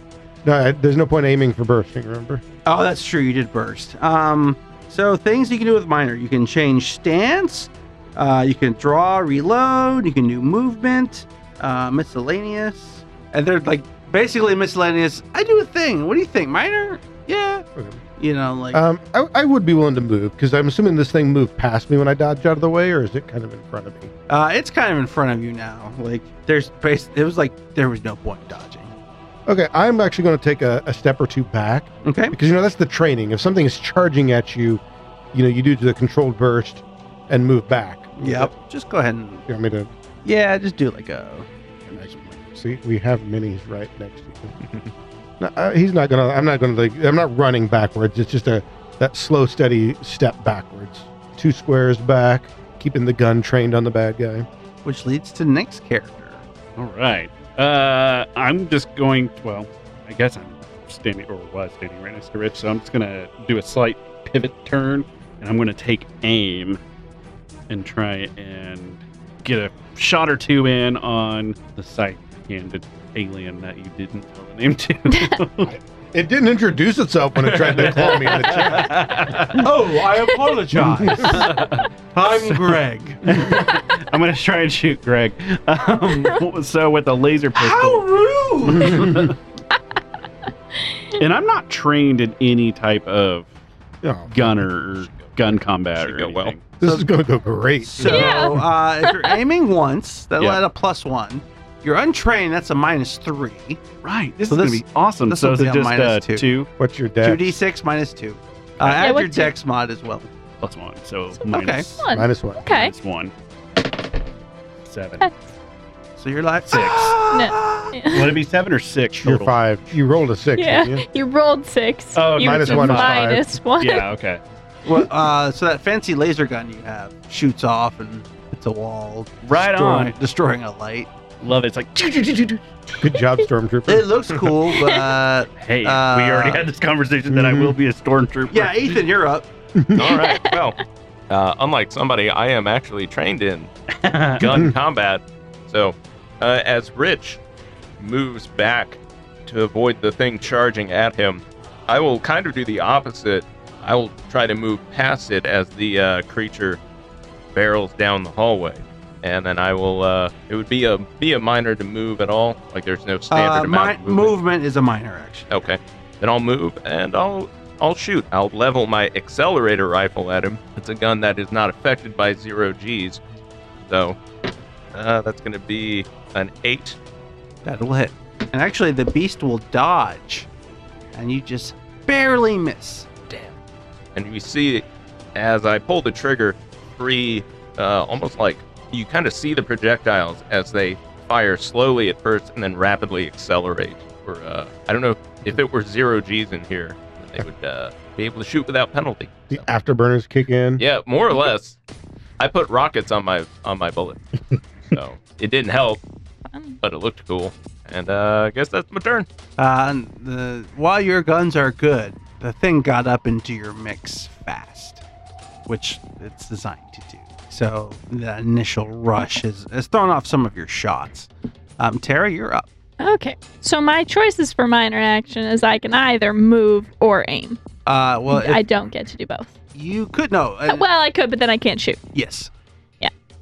B: no, I, there's no point aiming for bursting. Remember?
A: Oh, that's true. You did burst. Um, so things you can do with minor, you can change stance, uh, you can draw, reload, you can do movement, uh, miscellaneous, and they're like basically miscellaneous. I do a thing. What do you think, minor? Yeah.
B: Okay.
A: You know, like
B: Um, I, I would be willing to move because I'm assuming this thing moved past me when I dodged out of the way, or is it kind of in front of me?
A: uh, it's kind of in front of you now. Like there's base. It was like there was no point dodging.
B: Okay, I'm actually going to take a, a step or two back
A: Okay.
B: because you know that's the training. If something is charging at you, you know you do the controlled burst and move back.
A: Yep. Just go ahead and
B: You want me to
A: yeah, just do like a.
B: See, we have minis right next to him. no, uh, he's not gonna. I'm not gonna. Like, I'm not running backwards. It's just a that slow, steady step backwards. Two squares back, keeping the gun trained on the bad guy.
A: which leads to next character.
C: All right. Uh, I'm just going. Well, I guess I'm standing or was standing right next to Rich, so I'm just gonna do a slight pivot turn, and I'm gonna take aim and try and get a shot or two in on the side-handed alien that you didn't tell the name to.
B: It didn't introduce itself when it tried to claw me in the chin.
A: Oh, I apologize. I'm Greg.
C: I'm gonna try and shoot Greg. Um, so with a laser pistol.
A: rude!
C: And I'm not trained in any type of
B: Oh,
C: gunner or gun combat
D: Should
C: or
D: go well.
C: anything.
B: this is going to go great.
A: So
E: Yeah.
A: uh, if you're aiming once, that'll
C: Yeah.
A: add a plus one. You're untrained, that's a minus three.
C: Right. This
A: So
C: is
A: this-
C: gonna be awesome.
A: this
C: so
A: will
C: is
A: be
C: it
A: on
C: just
A: minus
C: uh,
A: two.
C: two.
B: What's your deck?
A: 2d6 minus two. Uh, add your
E: what's your-
A: dex mod as well.
C: plus one? So
E: So
C: minus-
E: One.
B: Minus one.
E: Okay.
C: minus one. Seven.
E: That's-
A: So you're like
C: Six.
A: "Ah!"
C: Would it be seven or six
B: You're
C: total?
B: five. You rolled a six.
E: Yeah.
B: didn't you?
E: You rolled six.
C: Oh,
E: you
C: minus
E: did
C: one is
B: five.
E: minus one.
C: Yeah. Okay.
A: Well, uh, so that fancy laser gun you have shoots off and hits a wall.
C: Right
A: destroying,
C: on.
A: Destroying a light.
C: Love it. It's like. "Choo, choo, choo, choo, choo."
B: Good job, Stormtrooper.
A: It looks cool, but
C: Hey,
A: Uh, mm-hmm.
C: we already had this conversation that I will be a stormtrooper.
A: yeah, Ethan, you're up.
D: All right. Well, uh, unlike somebody I am actually trained in gun combat, so uh, as Rich moves back to avoid the thing charging at him, I will kind of do the opposite. I will try to move past it as the uh, creature barrels down the hallway, and then I will. Uh, it would be a be a minor to move at all. Like there's no standard
A: Uh,
D: amount.
A: mi-
D: of movement.
A: movement is a minor action.
D: Okay. Then I'll move and I'll I'll shoot. I'll level my accelerator rifle at him. It's a gun that is not affected by zero G's. So uh, that's gonna be an eight.
A: That'll hit. And actually, the beast will dodge, and you just barely miss.
D: And we see as I pull the trigger, three uh, almost like you kind of see the projectiles as they fire slowly at first and then rapidly accelerate. Or uh, I don't know if it were zero G's in here, then they would uh, be able to shoot without penalty.
B: The afterburners kick in.
D: Yeah, more or less. I put rockets on my on my bullet. So it didn't help,
E: Fun.
D: but it looked cool. And uh, I guess that's my turn.
A: Uh, and the, while your guns are good, the thing got up into your mix fast, which it's designed to do. So the initial rush has, has thrown off some of your shots. Um, Tara, you're up.
E: Okay. So my choices for minor action is I can either move or aim.
A: Uh, well, if
E: I don't get to do both.
A: you could no. Uh,
E: well, I could, but then I can't shoot.
A: yes.
E: Yeah.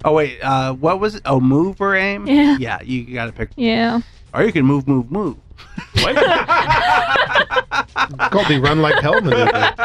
A: Oh wait. Uh, what was it? Oh, move or aim?
E: Yeah.
A: Yeah. You got to pick,
E: Yeah.
A: or you can move, move, move.
B: It's called the run like hell maneuver.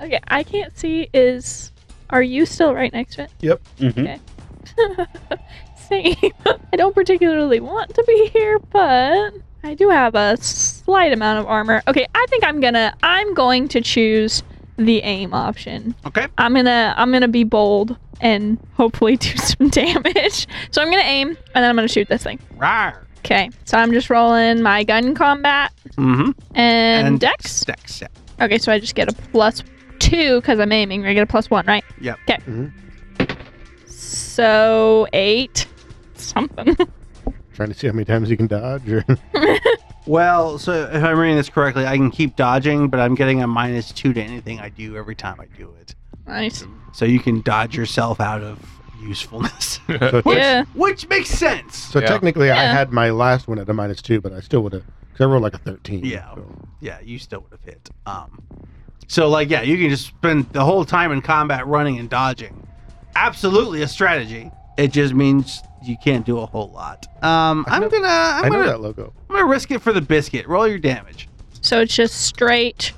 E: Okay. I can't see. Is are you still right next to it?
A: Mm-hmm.
C: Mhm.
E: Same. I don't particularly want to be here, but I do have a slight amount of armor. Okay, I think I'm gonna I'm going to choose the aim option.
A: Okay.
E: I'm gonna I'm gonna be bold and hopefully do some damage. So I'm gonna aim and then I'm gonna shoot this thing.
A: Rawr.
E: Okay. So I'm just rolling my gun combat
A: Mm-hmm.
E: and, dex.
A: Dex. Yeah.
E: Okay, so I just get a plus two because I'm aiming. I get a plus one, right?
A: Yep.
E: Okay.
B: Mhm.
E: Mm-hmm. So eight something.
B: Trying to see how many times you can dodge. Or...
A: Well, so if I'm reading this correctly, I can keep dodging, but I'm getting a minus two to anything I do every time I do it.
E: nice.
A: So you can dodge yourself out of usefulness,
B: So, te-
E: Yeah.
A: which makes sense.
B: so
D: Yeah.
B: technically, I
E: Yeah.
B: had my last one at a minus two, but I still would have. Because I rolled like a 13.
A: Yeah.
B: so-
A: Yeah, you still would have hit. Um, so like, yeah, you can just spend the whole time in combat running and dodging. Absolutely a strategy. It just means you can't do a whole lot. Um,
B: I
A: I'm
B: know-
A: gonna, I'm
B: I know
A: gonna,
B: that logo.
A: I'm gonna risk it for the biscuit. Roll your damage.
E: So it's just straight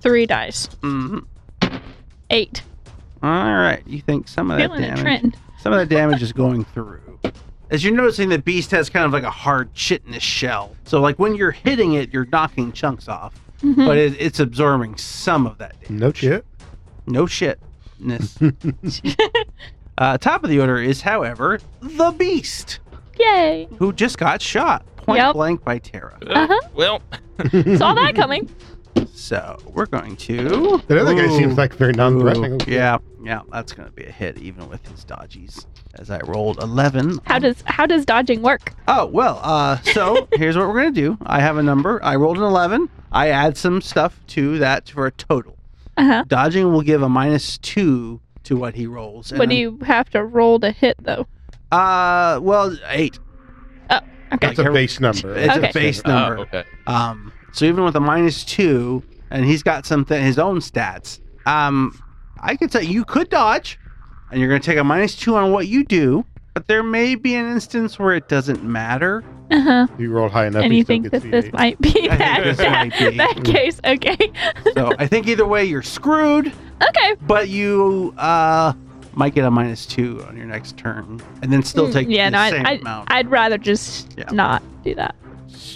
E: three dice.
A: hmm
E: Eight.
A: All right, you think some of that
E: Feeling a
A: damage?
E: trend.
A: Some of that damage is going through. As you're noticing, the beast has kind of like a hard chit in his shell. So, like when you're hitting it, you're knocking chunks off,
B: Mm-hmm.
E: Mhm.
A: but it, it's absorbing some of that damage.
B: No chip.
A: No shitness. uh, top of the order is, however, the beast,
E: Yay.
A: who just got shot point
E: Yep.
A: blank by Terra.
D: Uh,
E: Uh-huh.
D: Well,
E: Saw that coming.
A: So we're going to.
B: That other guy
A: Ooh.
B: seems like very non-threatening.
A: Ooh, Yeah, yeah, that's going to be a hit, even with his dodgies. As I rolled 11.
E: How does how does dodging work?
A: Oh, well, uh, so here's what we're going to do. I have a number. I rolled an 11. I add some stuff to that for a total.
E: Uh huh.
A: Dodging will give a minus two to what he rolls. and
E: What do
A: then-
E: you have to roll to hit though?
A: Uh, well, eight.
E: Okay.
B: That's a base number.
A: It's
E: Okay.
A: a base
D: Oh,
A: number.
D: okay.
A: Um, so even with a minus two, and he's got something his own stats. Um, I could say you could dodge, and you're going to take a minus two on what you do. But there may be an instance where it doesn't matter.
E: Uh huh.
B: You roll high enough.
E: And
B: you
E: you
B: still
E: think
B: get
E: that this
B: C8.
E: might be
A: I think
E: that
A: this
E: that,
A: might be.
E: that case? Okay.
A: So I think either way you're screwed.
E: Okay.
A: But you uh might get a minus two on your next turn, and then still
E: Mm,
A: take
E: yeah,
A: the
E: no, I-
A: same amount.
E: I'd rather just
A: Yeah.
E: not do that.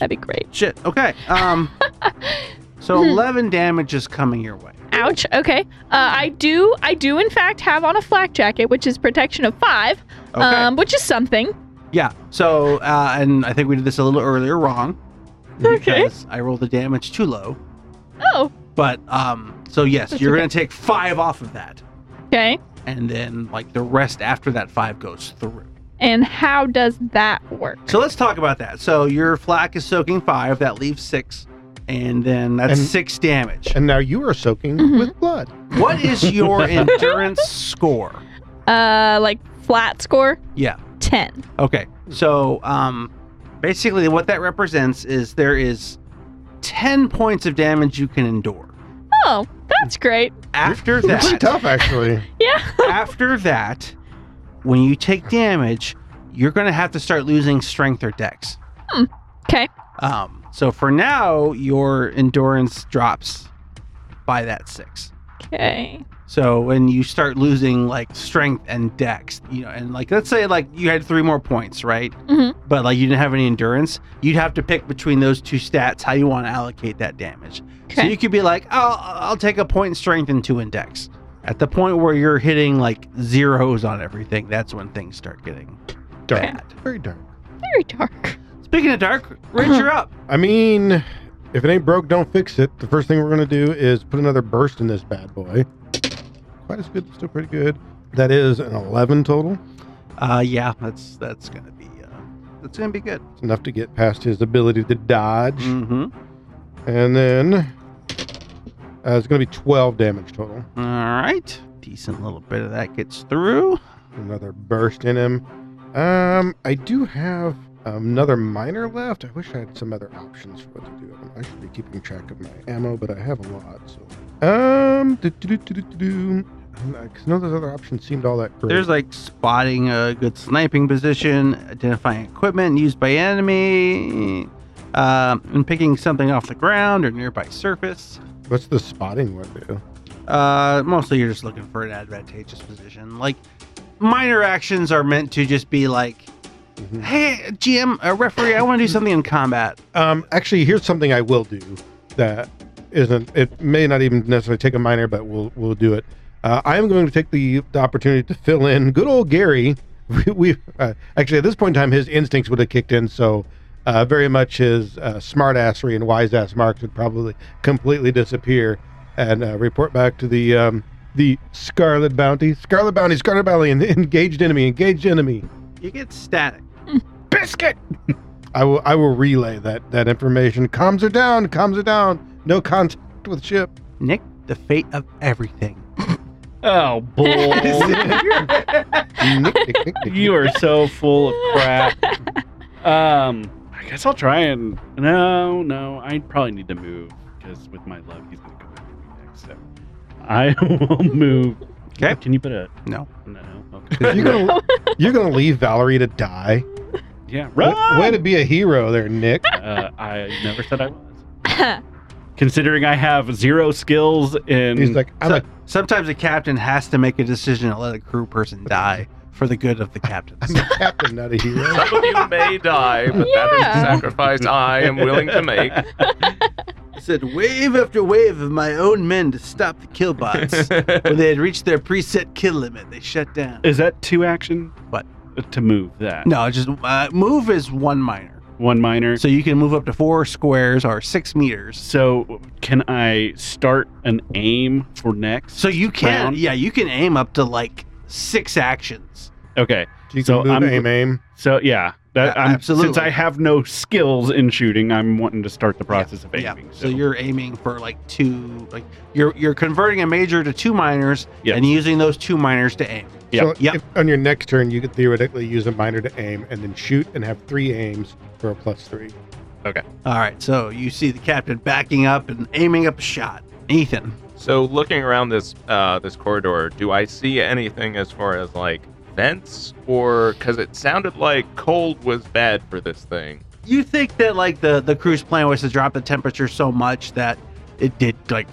E: That'd be great.
A: Shit. Okay. Um. so
E: Hmm.
A: eleven damage is coming your way.
E: Ouch. Okay. Uh, I do. I do in fact have on a flak jacket, which is protection of five,
A: Okay.
E: um, which is something.
A: Yeah. So, uh, and I think we did this a little earlier wrong.
E: Okay.
A: Because I rolled the damage too low.
E: Oh.
A: But, um, so yes,
E: That's
A: you're
E: okay.
A: going to take five off of that.
E: Okay.
A: And then, like, the rest after that five goes through.
E: And how does that work?
A: So let's talk about that. So your flak is soaking five, that leaves six. And then that's
B: And-
A: six damage.
B: And now you are soaking
E: Mhm.
B: with blood.
A: what is your endurance score?
E: Uh, like flat score
A: Yeah.
E: ten.
A: Okay. So um, basically, what that represents is there is 10 points of damage you can endure.
E: Oh, that's great.
A: After
B: It's pretty
A: that,
B: tough, actually.
E: Yeah.
A: after that, when you take damage, you're going to have to start losing strength or dex.
E: Okay.
A: Um, so for now, your endurance drops by that six.
E: Okay.
A: So when you start losing like strength and dex, you know, and like let's say like you had three more points, right?
E: Mhm.
A: But like you didn't have any endurance, you'd have to pick between those two stats how you want to allocate that damage. So
E: Okay.
A: you could be like, I'll I'll take a point in strength and two in dex. At the point where you're hitting like zeros on everything, that's when things start getting
B: Dark.
A: bad.
B: Very dark.
E: Very dark.
A: Speaking of dark, Rich, you're up.
B: I mean, if it ain't broke, don't fix it. The first thing we're gonna do is put another burst in this bad boy. Quite as good, still pretty good. That is an eleven total.
A: Uh, yeah, that's that's gonna be uh, that's gonna be good.
B: It's enough to get past his ability to dodge.
A: Mm-hmm.
B: And then uh, it's gonna be twelve damage total.
A: All right, decent little bit of that gets through.
B: Another burst in him. Um, I do have another miner left. I wish I had some other options for what to do. I should be keeping track of my ammo, but I have a lot. So, um, do do do do do. Because none of those other options seemed all that great.
A: There's like spotting a good sniping position, identifying equipment used by enemy, um, and picking something off the ground or nearby surface.
B: What's the spotting one do?
A: Uh, mostly you're just looking for an advantageous position. Like minor actions are meant to just be like,
B: Mhm.
A: hey, GM, a referee, I want to do something in combat.
B: Um, actually, here's something I will do that isn't. It may not even necessarily take a miner, but we'll we'll do it. Uh, I am going to take the, the opportunity to fill in good old Gary. We, we uh, actually at this point in time, his instincts would have kicked in, so uh, very much his uh, smartassery and wise ass marks would probably completely disappear and uh, report back to the um, the Scarlet Bounty, Scarlet Bounty, Scarlet Bounty, and engaged enemy, engaged enemy.
A: You get static.
C: Biscuit.
B: I will I will relay that that information. Comms are down. Comms are down. No contact with ship.
A: Nick, the fate of everything.
C: Oh, bull.
B: Nick, nick, nick, nick,
C: you are so full of crap. Um, I guess I'll try and no, no. I probably need to move because with my love, he's gonna come after me next. So I will move.
A: 'Kay.
C: Can you put a
A: No.
C: no?
B: nick.
C: Okay.
B: You're gonna you're gonna leave Valerie to die.
C: yeah.
B: Way-
C: Run.
B: Way to be a hero there, Nick.
C: Uh, I never said I was. Considering I have zero skills in.
B: He's like I'm
A: So-
B: a
A: sometimes a captain has to make a decision to let a crew person die for the good of the captains.
B: I'm a captain, not a hero.
D: Some of you may die, but that is
E: Yeah.
D: a sacrifice I am willing to make.
A: I said wave after wave of my own men to stop the killbots. when they had reached their preset kill limit, they shut down.
C: Is that two action? Uh,
A: What?
C: To move that.
A: No, just uh, move is one minor.
C: one minor.
A: So you can move up to four squares or six meters.
C: So can I start an aim for next?
A: So you can,
C: Round?
A: yeah, you can aim up to like six actions.
C: okay.
B: You can
C: So
B: move,
C: I'm-
B: aim, aim.
C: So yeah, that,
A: A-
C: I'm,
A: absolutely.
C: Since I have no skills in shooting, I'm wanting to start the process of aiming.
A: Yeah. So you're aiming for like two, like you're you're converting a major to two minors
C: Yes.
A: and using those two minors to aim.
C: Yeah.
B: So
A: Yep.
B: if- on your next turn, you could theoretically use a minor to aim and then shoot and have three aims for a plus three.
A: All right. So you see the captain backing up and aiming up a shot. Ethan.
D: So looking around this uh, this corridor, do I see anything as far as like vents or because it sounded like cold was bad for this thing?
A: you think that like the the crew's plan was to drop the temperature so much that it did like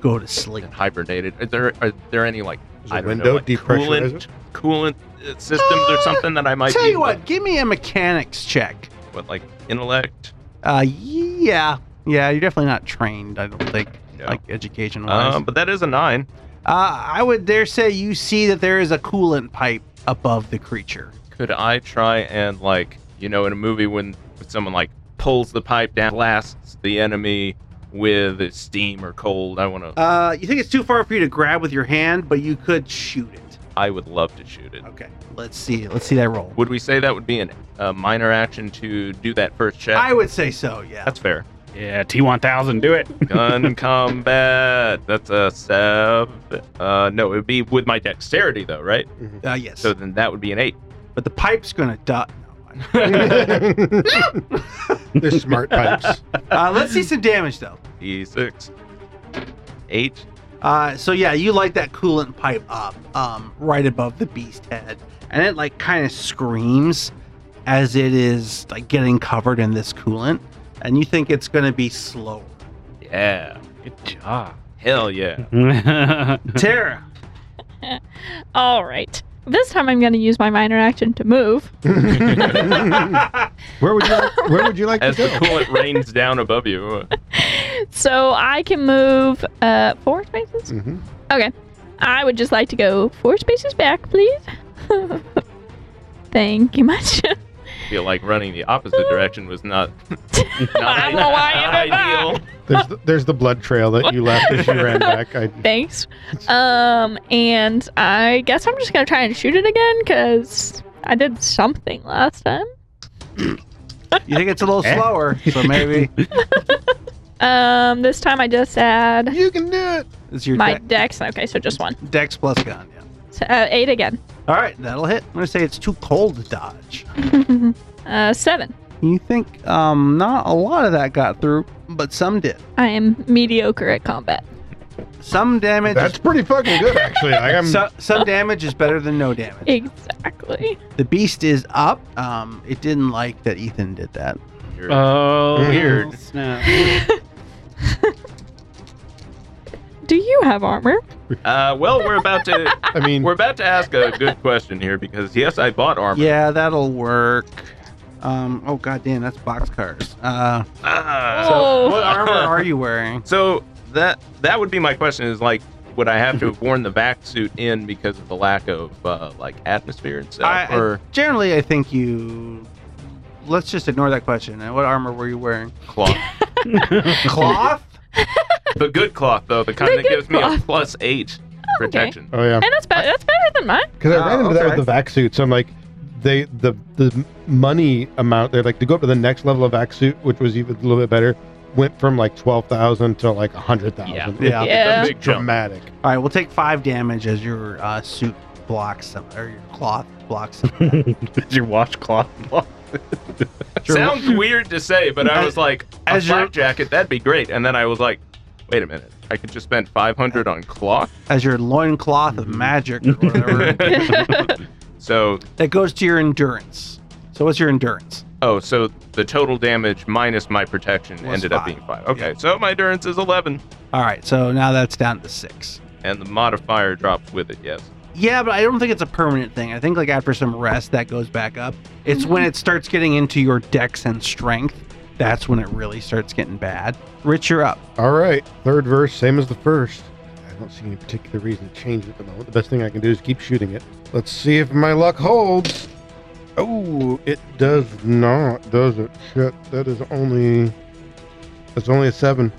A: go to sleep.
D: It hibernated. Are there are there any like
B: Is there
D: I
B: a
D: don't
B: window
D: know, like,
B: depressurize
D: coolant coolant uh, systems or something that I might
A: Tell
D: be
A: you what, give me a mechanics check.
D: what like intellect?
A: Uh, yeah, yeah, you're definitely not trained. I don't think
D: No.
A: like education wise.
D: Uh, but that is a nine.
A: uh, I would dare say you see that there is a coolant pipe above the creature.
D: Could I try and like you know in a movie when someone like pulls the pipe down, blasts the enemy with steam or cold? I want to.
A: Uh, you think it's too far for you to grab with your hand, but you could shoot it.
D: I would love to shoot it.
A: Okay, let's see. Let's see that roll.
D: Would we say that would be an, a minor action to do that first check?
A: I would say so. Yeah.
D: That's fair.
C: yeah, T1000, do it.
D: Gun combat. That's a seven. Uh, no, it would be with my dexterity though, right?
A: Uh, yes.
D: So then that would be an eight.
A: but the pipe's gonna die.
B: They're smart pipes.
A: Uh, let's see some damage though.
D: D6. Eight.
A: Uh, so yeah, you light that coolant pipe up, um, right above the beast head, and it like kind of screams as it is like getting covered in this coolant, and you think it's gonna be slow.
D: Yeah.
C: Good job.
D: Hell yeah.
A: Tara,
E: All right. This time I'm going to use my minor action to move.
B: where would you like, where would you like to
D: As the
B: go?
D: coolant rains down above you.
E: So I can move uh, four spaces.
B: Mhm.
E: I would just like to go four spaces back, please. Thank you much.
D: I feel like running the opposite direction was not, not,
E: I don't know why
D: not
E: I am back.
D: ideal.
B: There's the, there's the blood trail that you left as you ran back. I,
E: Thanks. Um, and I guess I'm just gonna try and shoot it again because I did something last time.
A: you think it's a little
C: Eh?
A: slower, so maybe
E: Um, this time I just add
B: you can do it.
A: it's your
E: my
A: de-
E: dex. Okay, so just one.
A: dex plus gun. Yeah.
E: So, uh, eight again.
A: All right, that'll hit. I'm gonna say it's too cold to dodge.
E: uh, seven.
A: You think um, not a lot of that got through, but some did.
E: I am mediocre at combat.
A: Some damage.
B: That's pretty fucking good, actually. I am.
A: so, some damage is better than no damage.
E: Exactly.
A: The beast is up. Um, it didn't like that Ethan did that.
D: You're-
C: oh,
B: Weird.
C: Snap.
E: Do you have armor?
D: Uh, well, we're about to
B: I mean,
D: we're about to ask a good question here because yes, I bought armor.
A: Yeah, that'll work. Um, oh god damn, that's boxcars. Uh,
D: Ah.
E: Oh.
A: what armor are you wearing?
D: So that that would be my question is like, would I have to have worn the back suit in because of the lack of uh, like atmosphere and stuff?
A: I- I-
D: or
A: Generally, I think you. Let's just ignore that question. And what armor were you wearing?
D: cloth?
A: Cloth.
D: the good cloth though, the kind
E: The
D: that
E: good
D: gives me a
E: cloth.
D: plus eight protection.
B: oh yeah,
E: And that's better. That's better than mine.
B: because I ran
D: Oh,
B: into that
D: okay.
B: with the vac suits. I'm like, they the the money amount. They're like to go up to the next level of vac suit, which was even a little bit better. Went from like twelve thousand to like a hundred thousand.
A: Yeah.
D: Yeah.
E: Yeah.
D: It's a big jump.
B: dramatic.
A: All right, we'll take five damage as your uh, suit blocks some, or your cloth blocks. Some.
C: Did you watch cloth?
D: Sounds weird to say, but I was like, a
A: As your-
D: flak jacket, that'd be great. And then I was like, wait a minute, I could just spend five hundred on cloth.
A: As your loincloth of magic or whatever
D: so
A: that goes to your endurance. So what's your endurance?
D: oh, so the total damage minus my protection
A: Was
D: ended up
A: five.
D: being five. Okay, so my endurance is eleven,
A: All right, so now that's down to six.
D: and the modifier drops with it. Yes.
A: Yeah, but I don't think it's a permanent thing. I think like after some rest that goes back up. It's when it starts getting into your dex and strength. That's when it really starts getting bad. Rich, you're up.
B: All right, third verse, same as the first. I don't see any particular reason to change it at the moment. The best thing I can do is keep shooting it. Let's see if my luck holds. Oh, it does not, does it? Shit, that is only. That's only a seven.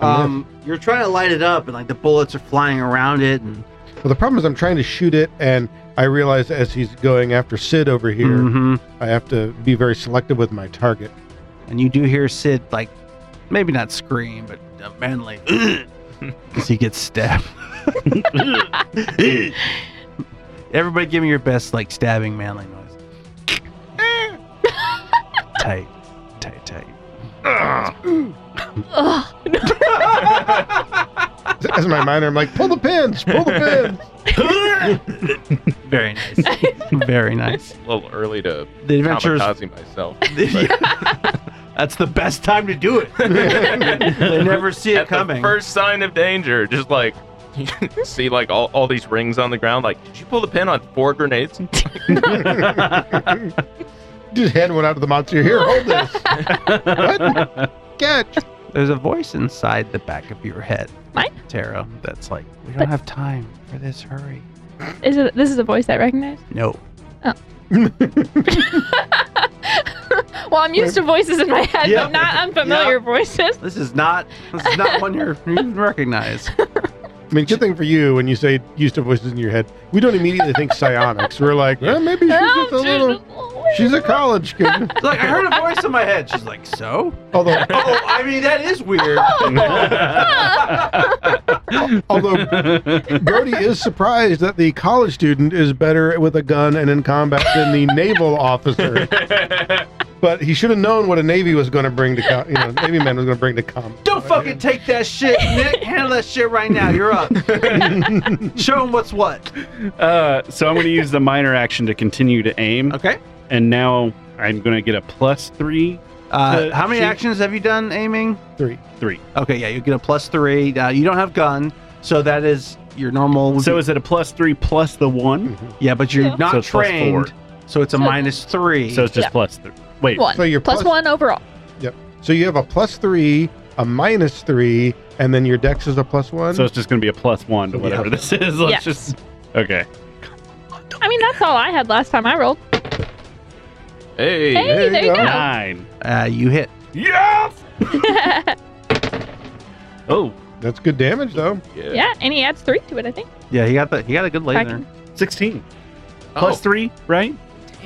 A: Um, you're trying to light it up, and like the bullets are flying around it, and
B: Well, the problem is I'm trying to shoot it, and I realize as he's going after Sid over here,
A: Mhm.
B: I have to be very selective with my target.
A: and you do hear Sid like, maybe not scream, but uh, manly, because he gets stabbed. Everybody, give me your best like stabbing manly noise. tight, tight, tight.
E: Ugh.
B: As my minor, I'm like, pull the pins, pull the pins.
A: Very nice. Very nice.
D: It's a little early to
A: The adventurers.
D: kamikaze myself.
A: That's the best time to do it. they never see it
D: At
A: coming.
D: the first sign of danger, just like see like all, all these rings on the ground. Like, did you pull the pin on four grenades?
B: Just hand one out to the monster. Here, hold this. what? Catch.
A: There's a voice inside the back of your head.
E: Mine?
A: Tara, that's like, we don't
E: But-
A: have time for this. Hurry.
E: Is it? This is a voice I recognize.
A: No.
E: Well, I'm used to voices in my head,
A: Yeah.
E: but not unfamiliar voices.
A: This is not. This is not one you're you even recognize.
B: I mean, good thing for you when you say used to voices in your head. We don't immediately think psionics. We're like, well, maybe she's just
E: Oh,
B: a little. She's a college kid.
A: It's like I heard a voice in my head. She's like, so.
B: Although,
A: Oh, I mean that is weird.
B: although
C: Uh,
B: Brody is surprised that the college student is better with a gun and in combat than the naval officer. But he should have known what a navy was going to bring to com- you know, navy man was going to bring to combat.
A: Don't fucking take that shit, Nick. Handle that shit right now. You're up. Show him what's what.
C: uh, so I'm going to use the minor action to continue to aim,
A: Okay.
C: and now I'm going to get a plus three.
A: Uh,
C: Uh,
A: how many
C: she-
A: actions have you done aiming?
B: Three.
C: Three.
A: Okay, yeah, you get a plus three. Uh, you don't have gun, so that is your normal.
C: So is it a plus three plus the one?
B: Mhm.
A: yeah, but you're
E: Yeah.
A: not
C: So it's plus
A: trained, so it's a
E: So-
A: minus three.
C: So it's just
E: Yeah.
C: plus three. Wait,
E: One.
B: So you're
E: Plus
B: plus-
E: one overall.
B: So you have a plus three, a minus three, and then your dex is a plus one.
C: so it's just going to be a plus one to whatever
A: Yeah.
C: this is. Let's
E: Yes.
C: just okay.
E: I mean, that's all I had last time I rolled.
D: hey,
E: Hey,
B: there
E: there
B: you
E: you
B: go.
E: go.
C: Nine.
A: uh, you hit.
C: Yes. Oh,
B: That's good damage though.
E: yeah, and he adds three to it, I think.
A: Yeah, he got the he got a good lay
E: I
A: there.
E: can-
C: 16.
D: Oh.
C: Plus three, right?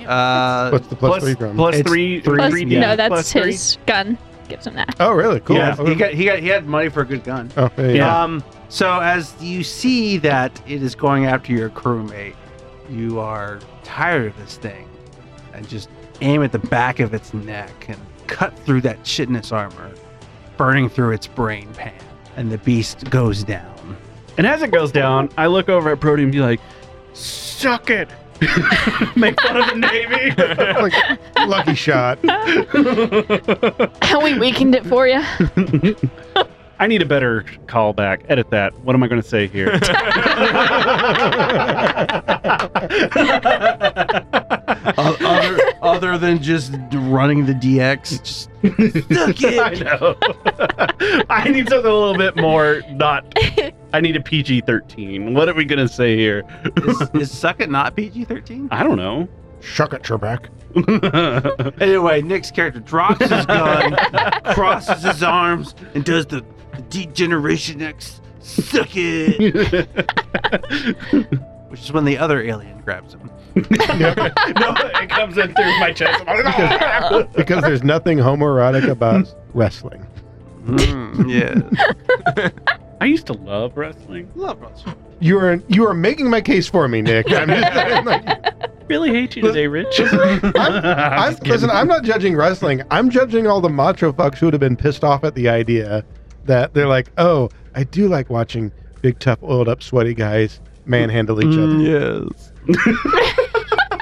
A: Uh,
B: What's the plus, three from?
C: plus
A: It's
C: three.
A: three,
E: Plus,
A: three
C: damage.
E: no, that's
C: Plus three.
E: his gun. Gives him that.
B: oh, really? Cool.
C: Yeah.
A: he got he got he had money for a good gun.
B: Oh, there you
C: Yeah.
A: Um, so as you see that it is going after your crewmate, you are tired of this thing, and just aim at the back of its neck and cut through that chitinous armor, burning through its brain pan, and the beast goes down.
C: And as it goes down, I look over at Brody and be like, suck it. Make fun of the Navy.
B: go. Like, lucky shot.
E: we weakened it for you.
C: I need a better callback. Edit that. What am I going to say here?
A: O- other, other than just running the DX, just Suck it.
C: I know. I need something a little bit more not. I need a PG 13. What are we going to say here?
A: is, is suck it not PG thirteen?
C: I don't know.
B: Shuck it, Trebek.
A: Anyway, Nick's character drops his gun, crosses his arms, and does the Degeneration X suck it, which is when the other alien grabs him.
C: no, it comes in through my chest. "Ah!"
B: Because there's nothing homoerotic about wrestling.
A: Mm, yeah.
C: I used to love wrestling.
A: Love Russell.
B: You are you are making my case for me, Nick. I'm just saying, like,
C: Really hate you today, Rich.
B: I'm, listen, I'm not judging wrestling. I'm judging all the macho fucks who would have been pissed off at the idea that they're like, oh, I do like watching big, tough, oiled up, sweaty guys manhandle each other
A: Mm, yes.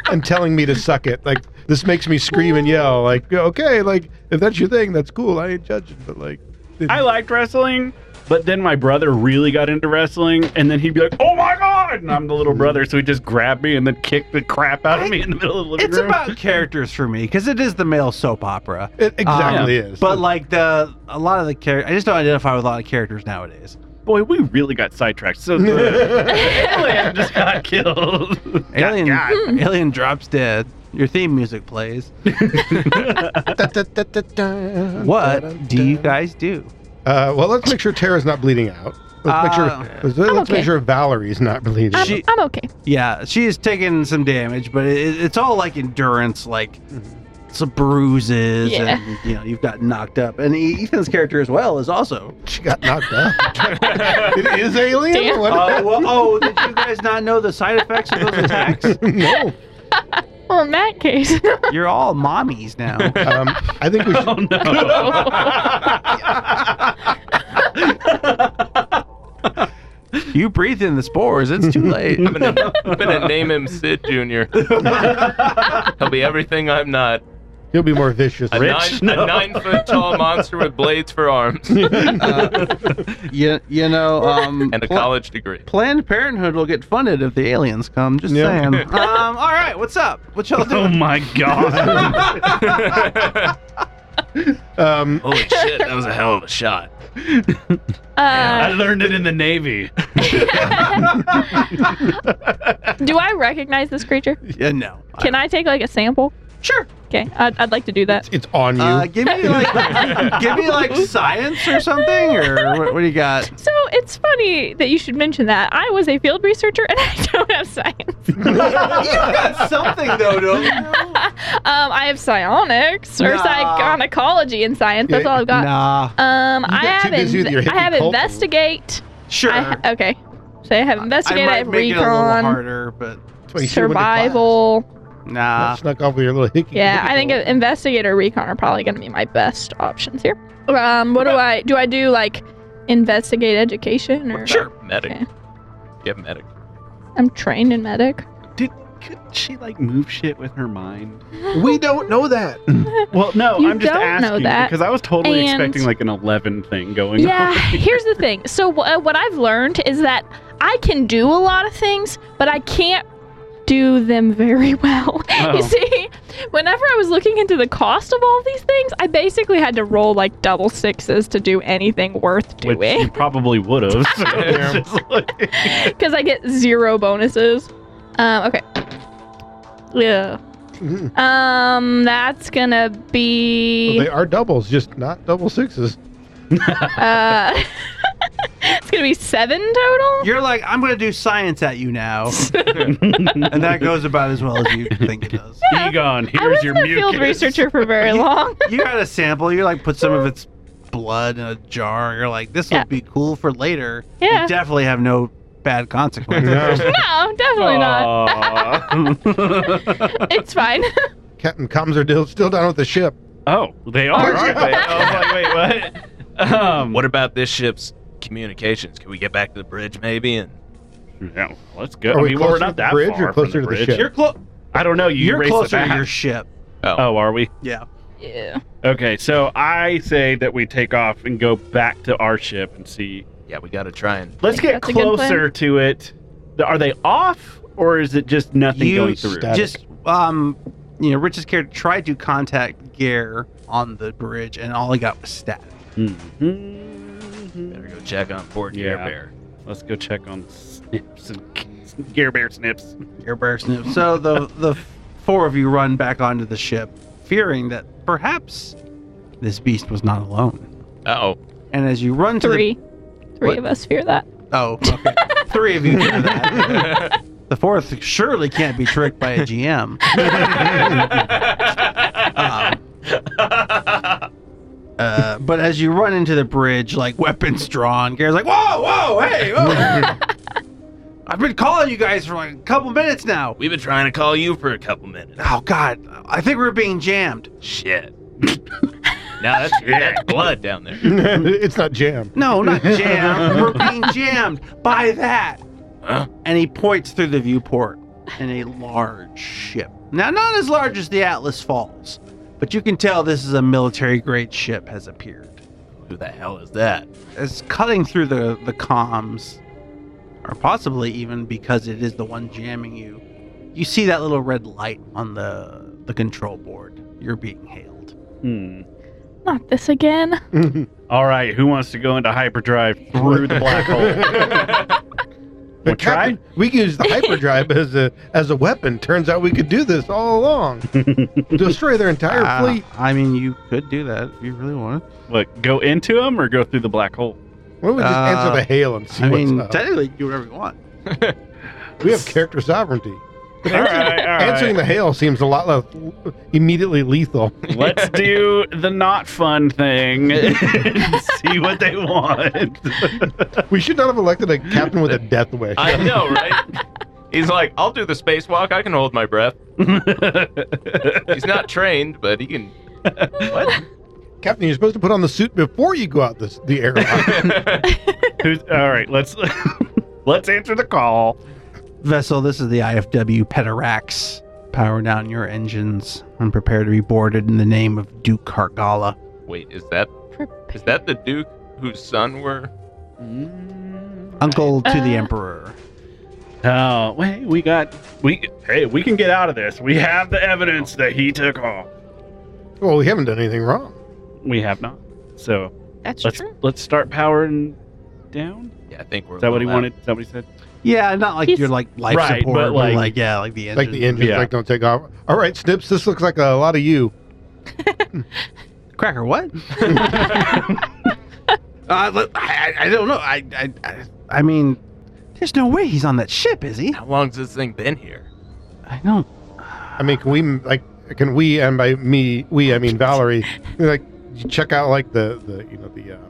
B: and telling me to suck it. Like this makes me scream and yell. Like okay, like if that's your thing, that's cool. I ain't judging, but like.
C: I liked wrestling, but then my brother really got into wrestling, and then he'd be like, "Oh my god!" And I'm the little brother, so he'd just grab me and then kick the crap out of me in the middle of the living
A: It's
C: room.
A: about characters for me because it is the male soap opera.
B: It exactly is.
A: But like the a lot of the characters, I just don't identify with a lot of characters nowadays.
C: Boy, we really got sidetracked. So the alien just got killed.
A: Alien, alien drops dead. Your theme music plays.
B: Da-da-da-da-da,
A: What do you
B: da-da-da.
A: guys do?
B: Uh, well, let's make sure Tara's not bleeding out. Let's make sure.
A: Uh,
B: Let's, let's
E: okay.
B: make sure Valerie's not bleeding.
E: I'm,
B: out.
A: She-
E: I'm okay.
A: Yeah, she is taking some damage, but it, it's all like endurance, like some bruises,
E: Yeah.
A: and you know you've got knocked up. And E- Ethan's character as well is also.
B: she got knocked out. it is alien.
E: Damn.
B: or What?
A: Uh, well, oh, did you guys not know the side effects of those attacks?
B: no.
E: Well, in that case,
A: You're all mommies now.
B: Um, I think we should.
C: Oh no!
A: You breathe in the spores. It's too late.
D: I'm gonna, I'm gonna name him Sid Jr. He'll be everything I'm not.
B: He'll be more vicious.
D: A
C: Rich?
D: nine,
C: No.
D: a nine foot tall monster with blades for arms
A: Uh, you, you know, um,
D: and a
A: pl-
D: college degree.
A: Planned Parenthood will get funded if the aliens come. Just
B: Yeah.
A: saying. um, all right, what's up? What y'all
C: Oh
A: doing?
C: my god!
B: Um,
A: Oh.
D: Holy shit, that was a hell of a shot.
C: I
E: uh,
C: learned it in the Navy.
E: do I recognize this creature?
A: yeah, no.
E: Can I take like a sample?
A: Sure.
E: Okay, I'd, I'd like to do that.
B: it's on you.
A: Uh, give me like, give me like science or something, or what, what do you got?
E: So it's funny that you should mention that. I was a field researcher and I don't have science.
A: you got something though, don't you?
E: Um, I have psionics or
A: Nah.
E: psychonecology in science. That's all I've got.
A: Nah.
E: Um,
B: You
E: I
B: got too
E: have
B: busy with your
E: inve- I
B: hippie
E: have
B: cult.
E: investigate.
A: Sure.
E: I ha- okay. So I have investigate. I,
A: might
E: have
A: make it a little
E: recon,
A: harder, but
B: That's why you should've went to class.
E: survival.
A: nah.
B: Not snuck off with your little hickey.
E: Yeah,
B: hickey
E: I think
B: hole.
E: investigator recon are probably going to be my best options here. Um, what do I do? I do like investigate education or
D: Sure. Medic.
E: Okay.
D: Yeah, medic.
E: I'm trained in medic.
C: Did couldn't she like move shit with her mind?
B: we don't know that.
C: Well, no,
E: You
C: I'm just
E: don't know
C: asking
E: that.
C: because I was totally
E: And-
C: expecting like an eleven thing going.
E: Yeah,
C: on.
E: here's the thing. So wh- uh, what I've learned is that I can do a lot of things, but I can't do them very well.
C: Oh.
E: You see, whenever I was looking into the cost of all these things, I basically had to roll like double sixes to do anything worth
C: Which you
E: doing
C: probably would have. So it's
D: Yeah.
C: just like-
E: because I get zero bonuses. Um, okay. Yeah.
B: Mhm.
E: Um, that's gonna
B: Well,
E: be
B: they are doubles, just not double sixes.
E: uh, it's gonna be seven total.
A: You're like, I'm gonna do science at you now, and that goes about as well as you think it does.
C: Egon,
E: I
C: here's
E: wasn't
C: your
E: a
C: mucus.
E: field researcher for very
A: You-
E: long.
A: You got a sample. You like put some of its blood in a jar. You're like, this will
E: Yeah.
A: be cool for later. and
E: Yeah.
A: definitely have no bad consequences.
B: No.
E: No, definitely not.
C: Aw.
E: It's fine.
B: Captain Combs are dil- still down with the ship.
C: oh, they are, aren't they? I was like, wait, what? Um,
D: What about this ship's communications? Can we get back to the bridge maybe? And
C: Yeah, let's go.
B: Are
C: I
B: we
C: mean,
B: closer
C: we're
B: to
C: not
B: the
C: that
B: bridge
C: far
B: or closer
C: from
B: to
C: the
B: the
C: bridge.
B: ship?
A: You're close.
C: I don't know. You
A: You're
C: erased
A: closer
C: the
A: to
C: map.
A: your ship.
C: Oh, are we?
A: Yeah.
E: yeah.
C: Okay, so I say that we take off and go back to our ship and see.
D: yeah, we gotta try and
C: Let's
E: Think
C: get
E: that's a good plan?
C: closer to it. Th- Are they off, or is it just nothing
A: You
C: going through?
B: static.
A: Just um, you know, Rich's character tried to contact Gare on the bridge, and all he got was stat.
C: Mhm.
D: better go check on board
C: Yeah.
D: Gear Bear.
C: Let's go check on Snips and Gear Bear Snips.
A: Gare bears sniff. So the the four of you run back onto the ship, fearing that perhaps this beast was not alone.
D: Oh,
A: And as you run to the
E: Three. Three
A: What?
E: of us fear that.
A: Oh, okay. Three of you do that. The fourth surely can't be tricked by a GM. Um, uh, but as you run into the bridge, like weapons drawn, Gary's like, "Whoa, whoa, hey!" Whoa. I've been calling you guys for like a couple minutes now.
D: we've been trying to call you for a couple minutes.
A: Oh God, I think we're being jammed.
D: Shit. now that's, that's blood down there.
B: it's not jam.
A: No, not jammed. we're being jammed by that.
D: Huh?
A: and he points through the viewport in a large ship. Now, not as large as the Atlas Falls, but you can tell this is a military grade ship has appeared.
D: Who the hell is that?
A: It's cutting through the, the comms, or possibly even because it is the one jamming you, you see that little red light on the, the control board. You're being hailed.
C: Hmm.
E: Not this again.
C: All right, who wants to go into hyperdrive through the black hole? Wanna try?
B: Captain, We can use the hyperdrive as a as a weapon. Turns out we could do this all along. Destroy their entire
A: Uh,
B: fleet.
A: I mean, you could do that if you really wanted.
C: Like, go into them or go through the black hole?
B: Why don't we just
A: uh,
B: answer the hail and see
A: I
B: what's
A: mean,
B: up?
A: technically, you can do whatever you want.
B: we have character sovereignty.
C: All right, all
B: Answering the hail seems a lot less immediately lethal.
C: Let's do the not fun thing. and see what they want.
B: We should not have elected a captain with a death wish.
D: I know, right? He's like, I'll do the spacewalk. I can hold my breath. He's not trained, but he can. What?
B: captain, you're supposed to put on the suit before you go out this, the airlock.
C: Who's, all right, let's let's answer the call.
A: Vessel, this is the IFW Petarax. Power down your engines and prepare to be boarded in the name of Duke Hargala.
D: Wait, is that is that the Duke whose son we're?
A: Uncle to the
E: Uh.
A: Emperor.
C: Oh, wait, we got we. Hey, we can get out of this. We have the evidence that he took off.
B: well, we haven't done anything wrong.
C: We have not. So
E: That's
C: let's
E: true.
C: let's start powering down.
D: Yeah, I think we're.
C: Is that what he
D: allowed.
C: wanted? Is that what he said?
A: Yeah, not like
E: He's-
A: your like life
C: Right,
A: support,
C: but
A: but like,
C: like-
A: yeah, like the engine.
B: Like the engines,
C: Yeah.
B: like don't take off. All right, Snips, this looks like a lot of you.
A: Cracker, what? uh, look, I, I- I don't know. I, I, I, I mean, there's no way he's on that ship, is he?
D: How long's this thing been here?
A: I don't.
B: I mean, can we like can we and by me we I mean Valerie like check out like the the you know the um,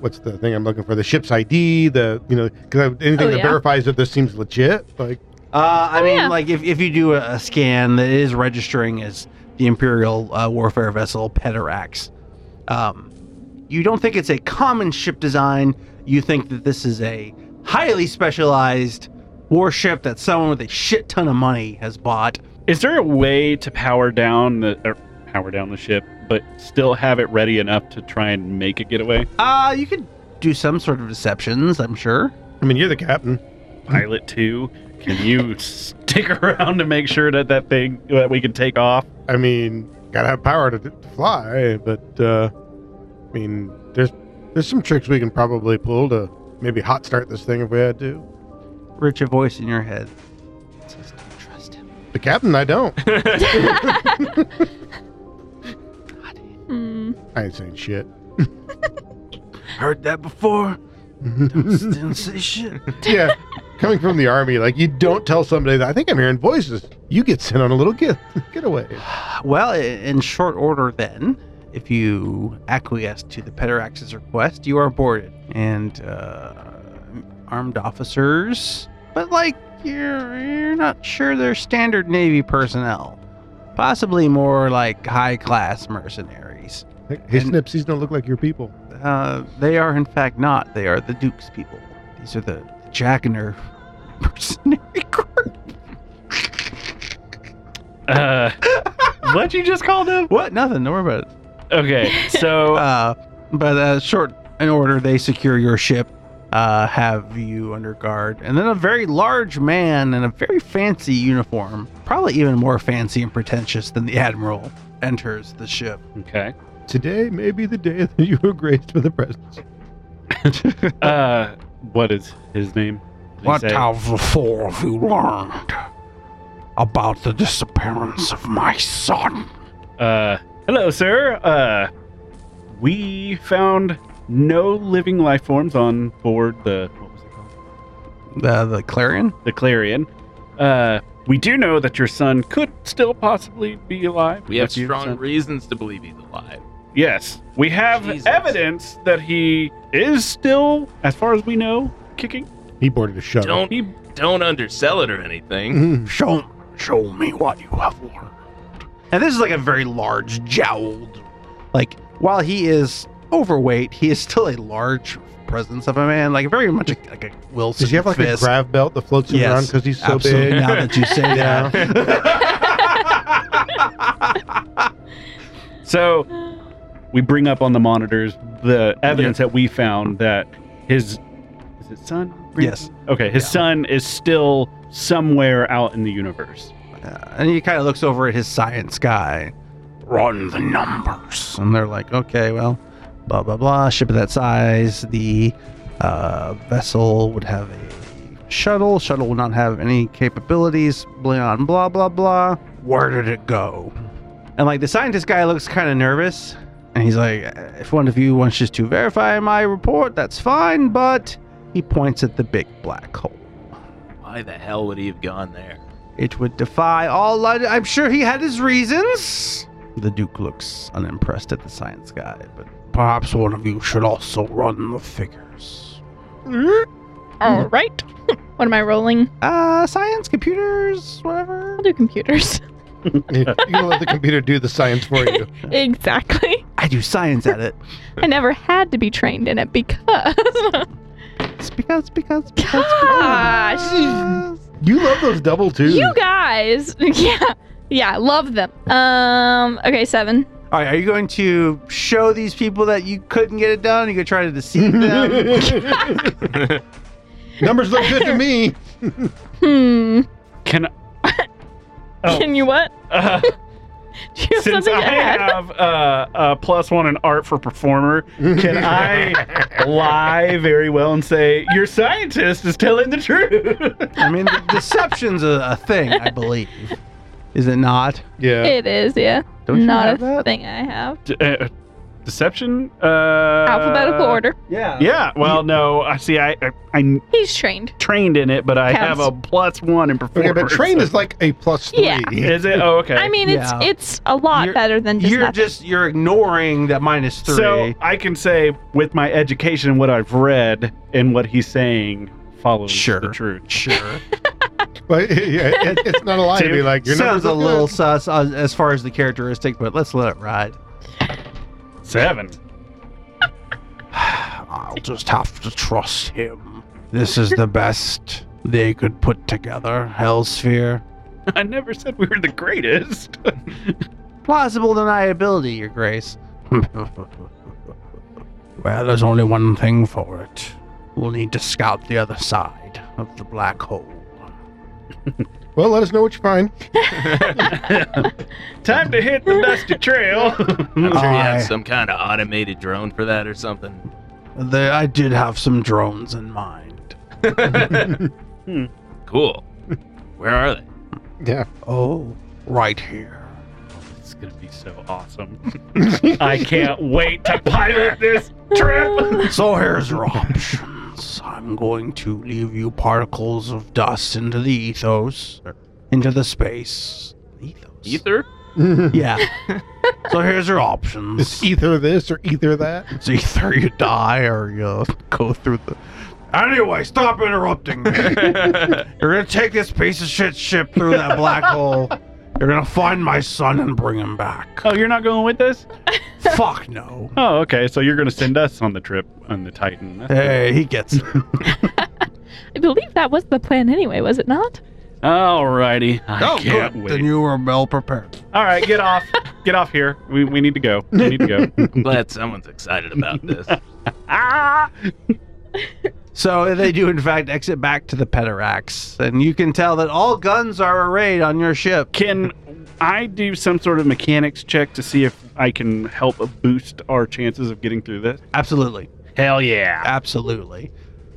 B: what's the thing I'm looking for the ship's ID the you know 'cause anything
E: Oh,
B: that
E: yeah.
B: verifies that this seems legit like
A: Uh, I
E: Oh,
A: mean,
E: yeah.
A: like if, if you do a, a scan that is registering as the Imperial uh, warfare vessel Petarax, um, you don't think it's a common ship design. You think that this is a highly specialized warship that someone with a shit ton of money has bought.
C: Is there a way to power down the or power down the ship, but still have it ready enough to try and make a getaway?
A: Uh, you could do some sort of deceptions, I'm sure.
B: I mean you're the captain
C: Pilot two, can you stick around to make sure that that thing that we can take off?
B: I mean gotta have power to, to fly but uh, I mean there's there's some tricks we can probably pull to maybe hot start this thing if we had to
A: Rich, a voice in your head says, "Don't trust him."
B: the captain I don't
E: Hmm.
B: I ain't saying shit
A: Heard that before. Didn't say shit.
B: yeah coming from the army like you don't tell somebody that i think i'm hearing voices you get sent on a little get getaway
A: Well, i- in short order, then, if you acquiesce to the Pederax's request, you are boarded and uh, armed officers, but like you're you're not sure they're standard Navy personnel, possibly more like high class mercenaries.
B: hey snips these don't look like your people
A: Uh, they are, in fact, not. They are the Duke's people. These are the Jackner mercenary group.
C: Uh, what'd you just call them?
A: What? Nothing. Don't worry about it.
C: Okay, so
A: Uh, but uh, short in order, they secure your ship, uh, have you under guard, and then a very large man in a very fancy uniform, probably even more fancy and pretentious than the Admiral, enters the ship.
C: okay.
B: today may be the day that you were graced with the presence
C: Uh, what is his name? Did he
F: What
C: say?
F: have the four of you learned about the disappearance of my son?
C: Uh, hello, sir. Uh, we found no living life forms on board the what was it called?
A: The the Clarion.
C: the Clarion. Uh, we do know that your son could still possibly be alive.
D: We have
C: If you
D: strong
C: sent-
D: reasons to believe he's alive.
C: yes, we have
D: Jesus.
C: evidence that he is still, as far as we know, kicking.
B: he boarded a shuttle
D: Don't
C: He,
D: don't undersell it or anything.
B: Mhm.
F: Show, show me what you have learned.
A: And this is like a very large jowled. Like, while he is overweight, he is still a large presence of a man. Like, very much a, like a Wilson.
B: does he have like
A: fist.
B: a grav belt that floats him
A: Yes,
B: around because he's so
A: Absolutely.
B: big
A: Now that you say that.
C: so we bring up on the monitors the evidence that we found that his is it son?
A: Yes.
C: Okay, his
A: Yeah.
C: son is still somewhere out in the universe.
A: Uh, and he kind of looks over at his science guy.
F: Run the numbers.
A: And they're like, okay, well, blah, blah, blah. Ship of that size. The uh, vessel would have a shuttle. Shuttle will not have any capabilities. Blah blah blah blah. Where did it go? And like the scientist guy looks kind of nervous, and he's like, "Uh, "If one of you wants just to verify my report, that's fine." But he points at the big black hole.
D: Why the hell would he have gone there?
A: It would defy all logic. I'm sure he had his reasons. The Duke looks unimpressed at the science guy, but
F: Perhaps one of you should also run the figures.
E: All right. What am I rolling?
A: uh, science, computers, whatever.
E: I'll do computers.
B: you gonna let the computer do the science for you.
E: Exactly.
A: I do science at it.
E: I never had to be trained in it because.
A: It's because, because, because,
E: Gosh.
A: because.
B: You love those double twos.
E: You guys, yeah, yeah, love them. Um, okay, seven.
A: All right, are you going to show these people that you couldn't get it done? Are you going to try to deceive them?
B: Numbers look good to me.
E: Hmm.
C: Can Oh.
E: Can you what?
C: uh,
E: Do you
C: since
E: have something
C: I
E: to add?
C: have uh, a plus one in art for performer, can I lie very well and say your scientist is telling the truth?
A: I mean, the deception's a, a thing, I believe. Is it not?
B: Yeah.
E: It is, yeah.
A: Don't you
E: Not
A: have
E: a
A: that?
E: thing I have.
C: D- uh, deception? Uh,
E: Alphabetical order.
A: Yeah.
C: Yeah. Well, no. I see. I, I I'm
E: He's trained.
C: trained in it, but I
E: Counts.
C: have a plus one in performance.
B: Okay, but train
C: so-
B: is like a plus three.
E: Yeah.
C: Is it? Oh, okay.
E: I mean, it's
A: Yeah.
E: it's a lot
A: You're-
E: better than just
A: You're
E: nothing.
A: just you're ignoring that minus three.
C: So I can say with my education, what I've read and what he's saying follows
A: Sure.
C: the truth.
A: sure.
B: But yeah, it, it's not a lie to be like your
A: Sounds
B: numbers
A: a
B: look
A: little
B: good.
A: sus uh, as far as the characteristic, but let's let it ride.
C: Seven.
F: I'll just have to trust him. This is the best they could put together, Hellsphere.
C: I never said we were the greatest.
A: Plausible deniability, Your Grace.
F: Well, there's only one thing for it. We'll need to scout the other side of the black hole.
B: Well, let us know what you find.
C: Time to hit the dusty trail.
D: I'm sure he
F: I-
D: had some kind of automated drone for that or something.
F: There, I did have some drones in mind.
D: Cool. Where are they?
B: Yeah.
F: Oh, right here.
C: it's gonna be so awesome. I can't wait to pilot this trip.
F: So here's your options. I'm going to leave you particles of dust into the ethos, into the space. Ethos.
D: Ether?
F: Yeah. so here's your options.
B: It's
C: e-
B: either this or either that.
F: It's either you die or you go through the. Anyway, stop interrupting me. You're gonna take this piece of shit ship through that black hole. You're gonna find my son and bring him back.
C: Oh, you're not going with us?
F: Fuck no.
C: Oh, okay. So you're gonna send us on the trip on the Titan. That's
F: Hey, he gets it.
E: I believe that was the plan anyway, was it not?
C: Alrighty. I can't wait.
F: Oh, Then you were well prepared.
C: All right, get off. get off here. We, we need to go. We need to go.
D: I'm glad someone's excited about this.
C: ah!
A: So they do, in fact, exit back to the Pederax, and you can tell that all guns are arrayed on your ship.
C: Can I do some sort of mechanics check to see if I can help boost our chances of getting through this?
A: Absolutely,
C: Hell yeah.
A: absolutely.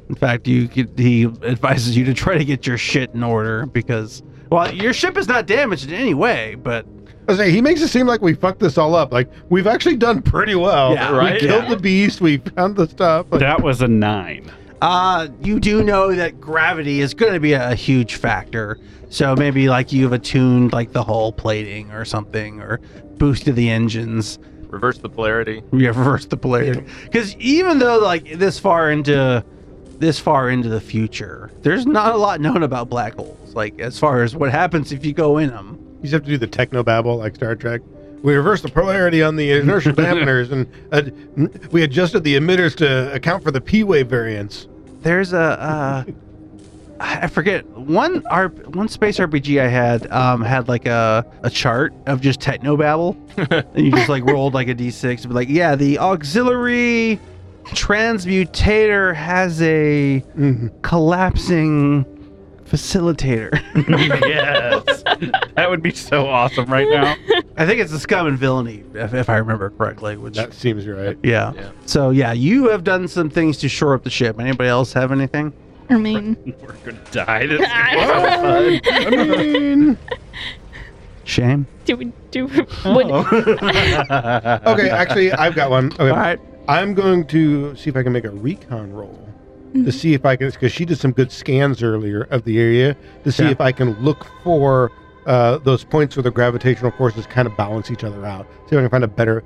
A: In fact, you could, he advises you to try to get your shit in order because, well, your ship is not damaged in any way, but
B: I say he makes it seem like we fucked this all up. Like we've actually done pretty well.
A: Yeah,
B: We
D: right?
B: killed the beast. We found the stuff. Like,
C: That was a nine.
A: Uh, you do know that gravity is going to be a, a huge factor. So maybe like you've attuned like the hull plating or something, or boosted the engines,
D: Reverse the polarity.
A: you reverse the polarity. Because even though like this far into this far into the future, there's not a lot known about black holes. Like as far as what happens if you go in them.
B: You just have to do the techno babble like Star Trek. We reversed the polarity on the inertial dampeners, and uh, we adjusted the emitters to account for the P wave variance.
A: There's a uh, I forget one R one space RPG I had um had like a a chart of just technobabble. And you just like rolled like a d6, but like, yeah, the auxiliary transmutator has a
B: Mhm.
A: collapsing facilitator.
C: yes. That would be so awesome right now.
A: I think it's the scum and villainy, if, if I remember correctly. Which,
B: That seems right.
A: yeah.
D: Yeah.
A: So yeah, you have done some things to shore up the ship. Anybody else have anything?
E: I mean,
C: We're gonna die. This is gonna be so
B: I mean,
A: Shame.
E: do we do?
C: Oh.
E: Would,
C: fun.
B: okay, actually, I've got one. Okay.
A: All right.
B: I'm going to see if I can make a recon roll to see if I can, because she did some good scans earlier of the area to see
A: Yeah.
B: if I can look for uh, those points where the gravitational forces kind of balance each other out. See if I can find a better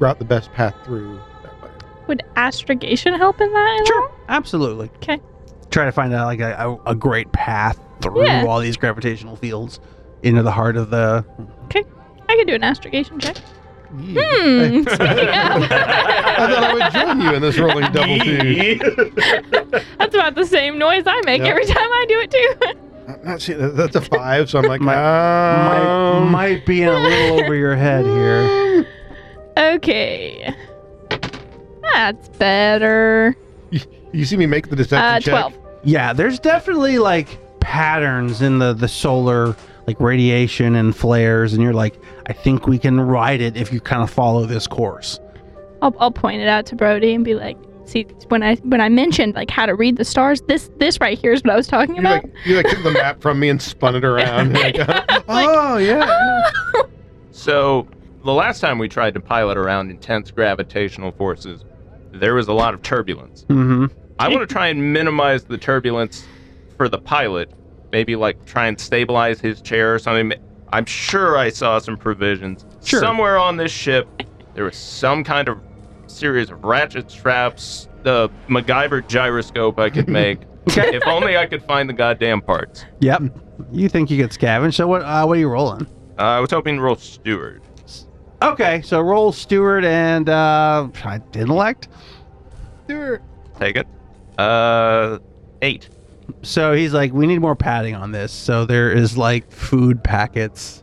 B: route, the best path through. that way.
E: would astrogation help in that? at all?
A: Sure. Absolutely.
E: 'Kay.
A: Try to find out like a, a, a great path through
E: Yeah.
A: all these gravitational fields into the heart of the.
E: I could do an astrogation check.
B: Yeah.
E: Hmm. Speaking of,
B: I thought I would join you in this rolling double two.
E: that's about the same noise I make
B: Yeah.
E: every time I do it too.
B: I'm not seeing that. That's a five, so I'm like,
A: My- might,
B: um,
A: might be in a little over your head here.
E: Okay. That's better.
B: you see me make the deception
E: Uh,
B: check.
E: 12.
A: Yeah, there's definitely like patterns in the the solar like radiation and flares, and you're like, I think we can ride it if you kind of follow this course.
E: I'll, I'll point it out to Brody and be like, see, when I when I mentioned like how to read the stars, this this right here is what I was talking
B: You
E: about.
B: like you like took the map from me and spun it around. Like, oh yeah.
D: So, the last time we tried to pilot around intense gravitational forces, there was a lot of turbulence.
A: Mm-hmm.
D: I want to try and minimize the turbulence for the pilot. Maybe like try and stabilize his chair or something. I'm sure I saw some provisions
A: Sure.
D: somewhere on this ship. There was some kind of series of ratchet straps, the MacGyver gyroscope I could make.
A: Okay.
D: if only I could find the goddamn parts.
A: Yep. You think you could scavenge? So what? Uh, what are you rolling?
D: Uh, I was hoping to roll steward.
A: Okay, so roll steward and uh, intellect.
B: Sure.
D: Take it. Uh, eight.
A: So he's like, we need more padding on this. So there is like food packets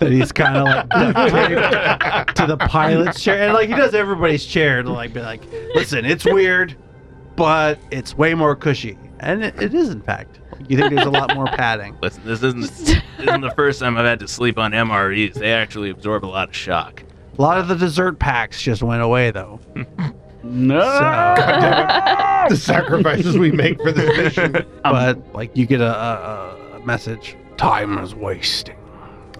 A: that he's kind of like duct taped to the pilot's chair, and like he does everybody's chair to like be like, listen, it's weird, but it's way more cushy, and it, it is in fact. You think there's a lot more padding.
D: Listen, this isn't this isn't the first time I've had to sleep on MREs. They actually absorb a lot of shock.
A: A lot of the dessert packs just went away though.
C: no.
B: The sacrifices we make for this mission.
A: but like you get a, a, a message.
F: Time is wasting.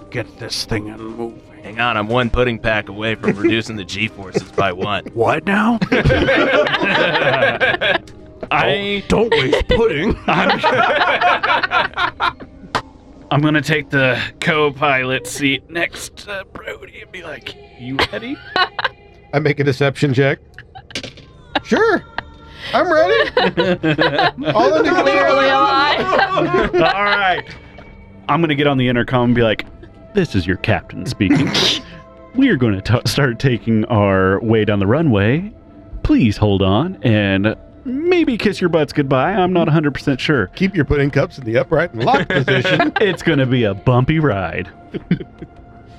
F: Get this thing in moving.
D: Hang on, I'm one pudding pack away from reducing the G forces by one.
F: What now?
D: Oh,
C: I
F: Don't waste pudding.
C: I'm gonna take the co-pilot seat next to Brody and be like, "You ready?"
B: I make a deception check. Sure. I'm ready. All I need
E: Clearly alive.
C: All right. I'm gonna get on the intercom and be like, "This is your captain speaking. We're gonna t- start taking our way down the runway. Please hold on and maybe kiss your butts goodbye. I'm not 100% sure.
B: Keep your pudding cups in the upright and locked position.
C: It's gonna be a bumpy ride."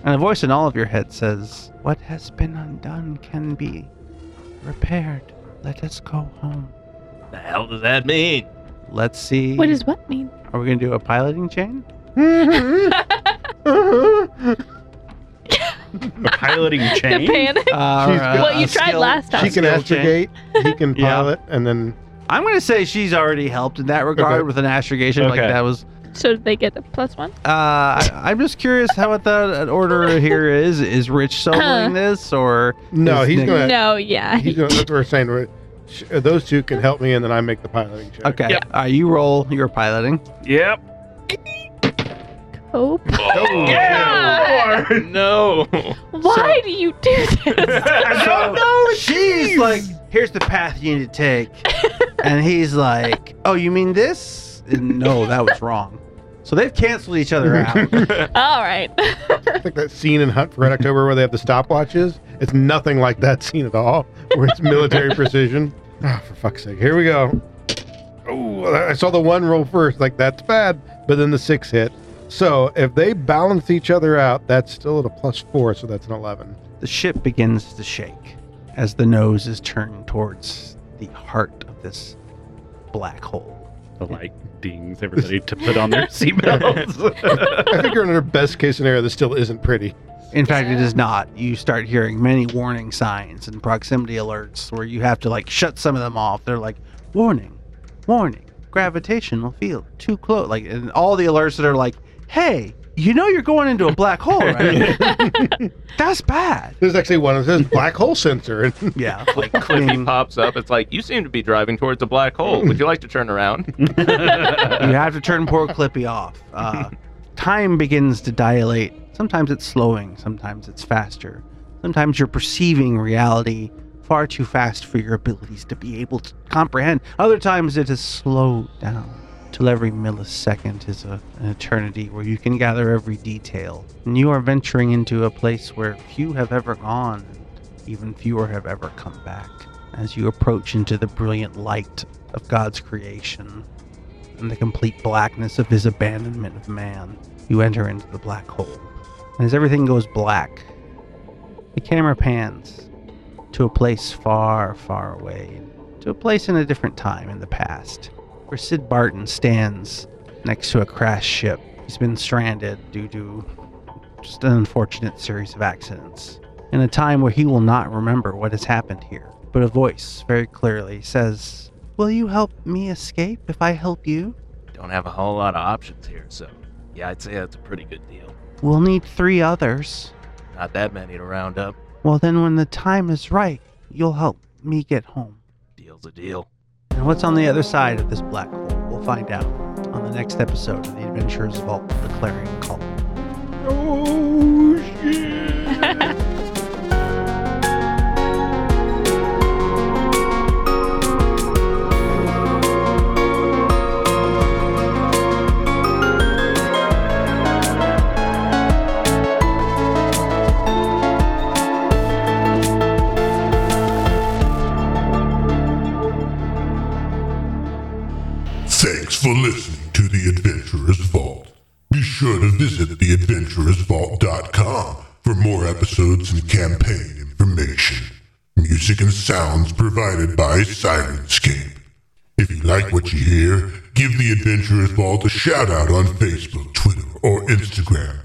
A: And a voice in all of your head says, What has been undone can be repaired. Let us go home.
D: the hell does that mean?
A: Let's see.
E: what does what mean?
A: Are we going to do a piloting chain?
C: A piloting
E: The panic.
A: Uh,
B: She's good.
E: Well, you tried last time.
B: she can
A: skill chain.
B: astrogate, he can
A: Yeah.
B: pilot, and then
A: I'm going to say she's already helped in that regard
B: Okay.
A: with an astrogation like
C: Okay.
A: that was.
E: So they get a plus one.
A: Uh, I, I'm just curious how what the order here is. Is Rich soloing this or
B: no,
A: is
B: he's
A: Nick-
B: gonna
E: No, yeah.
B: he's gonna. That's what we're saying. We're, sh- those two can help me, and then I make the piloting check.
A: Okay,
C: Yep.
A: uh, you roll. You're piloting.
C: Yep.
E: Hope.
B: Oh,
E: Yeah.
D: No.
E: Why do you do this?
C: Oh,
A: So she's like, here's the path you need to take. and he's like, oh, you mean this? And no, that was wrong. So they've canceled each other out.
E: All right.
B: It's like that scene in Hunt for Red October where they have the stopwatches. It's nothing like that scene at all, where it's military precision. Oh, for fuck's sake. Here we go. Oh, I saw the one roll first. Like, that's bad. But then the six hit. So if they balance each other out, that's still at a plus four, so that's an 11.
A: the ship begins to shake as the nose is turned towards the heart of this black hole.
C: The light dings everybody to put on their seatbelts.
B: I figure under best case scenario, this still isn't pretty.
A: In fact, it is not. You start hearing many warning signs and proximity alerts where you have to like shut some of them off. They're like, warning, warning, gravitational field too close. Like, and all the alerts that are like, hey, you know you're going into a black hole, right? That's bad.
B: There's actually one that says black hole sensor. And
A: Yeah.
D: Like Clippy pops up. It's like you seem to be driving towards a black hole. Would you like to turn around?
A: you have to turn poor Clippy off. Uh, time begins to dilate. Sometimes it's slowing, sometimes it's faster. Sometimes you're perceiving reality far too fast for your abilities to be able to comprehend. Other times it is slowed down. Till every millisecond is a, an eternity where you can gather every detail. And you are venturing into a place where few have ever gone, and even fewer have ever come back. As you approach into the brilliant light of God's creation, and the complete blackness of his abandonment of man, you enter into the black hole. And as everything goes black, the camera pans to a place far, far away, to a place in a different time in the past, where Sid Barton stands next to a crashed ship. He's been stranded due to just an unfortunate series of accidents, in a time where he will not remember what has happened here. But a voice very clearly says, Will you help me escape if I help you?
D: Don't have a whole lot of options here, so yeah, I'd say that's a pretty good deal.
A: We'll need three others.
D: Not that many to round up.
A: Well, then, when the time is right, you'll help me get home.
D: Deal's a deal.
A: And what's on the other side of this black hole? We'll find out on the next episode of The Adventures of Alt the Clarion Call.
G: Thanks for listening to The Adventurer's Vault. Be sure to visit theadventurersvault.com for more episodes and campaign information. Music and sounds provided by Sirenscape. If you like what you hear, give The Adventurer's Vault a shout out on Facebook, Twitter, or Instagram.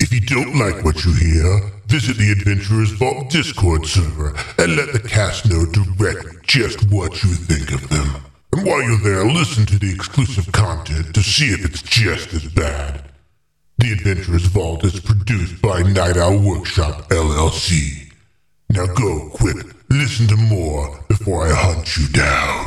G: If you don't like what you hear, visit the Adventurers Vault Discord server and let the cast know directly just what you think of them. And while you're there, listen to the exclusive content to see if it's just as bad. The Adventurers Vault is produced by Night Owl Workshop LLC. Now go quick, listen to more before I hunt you down.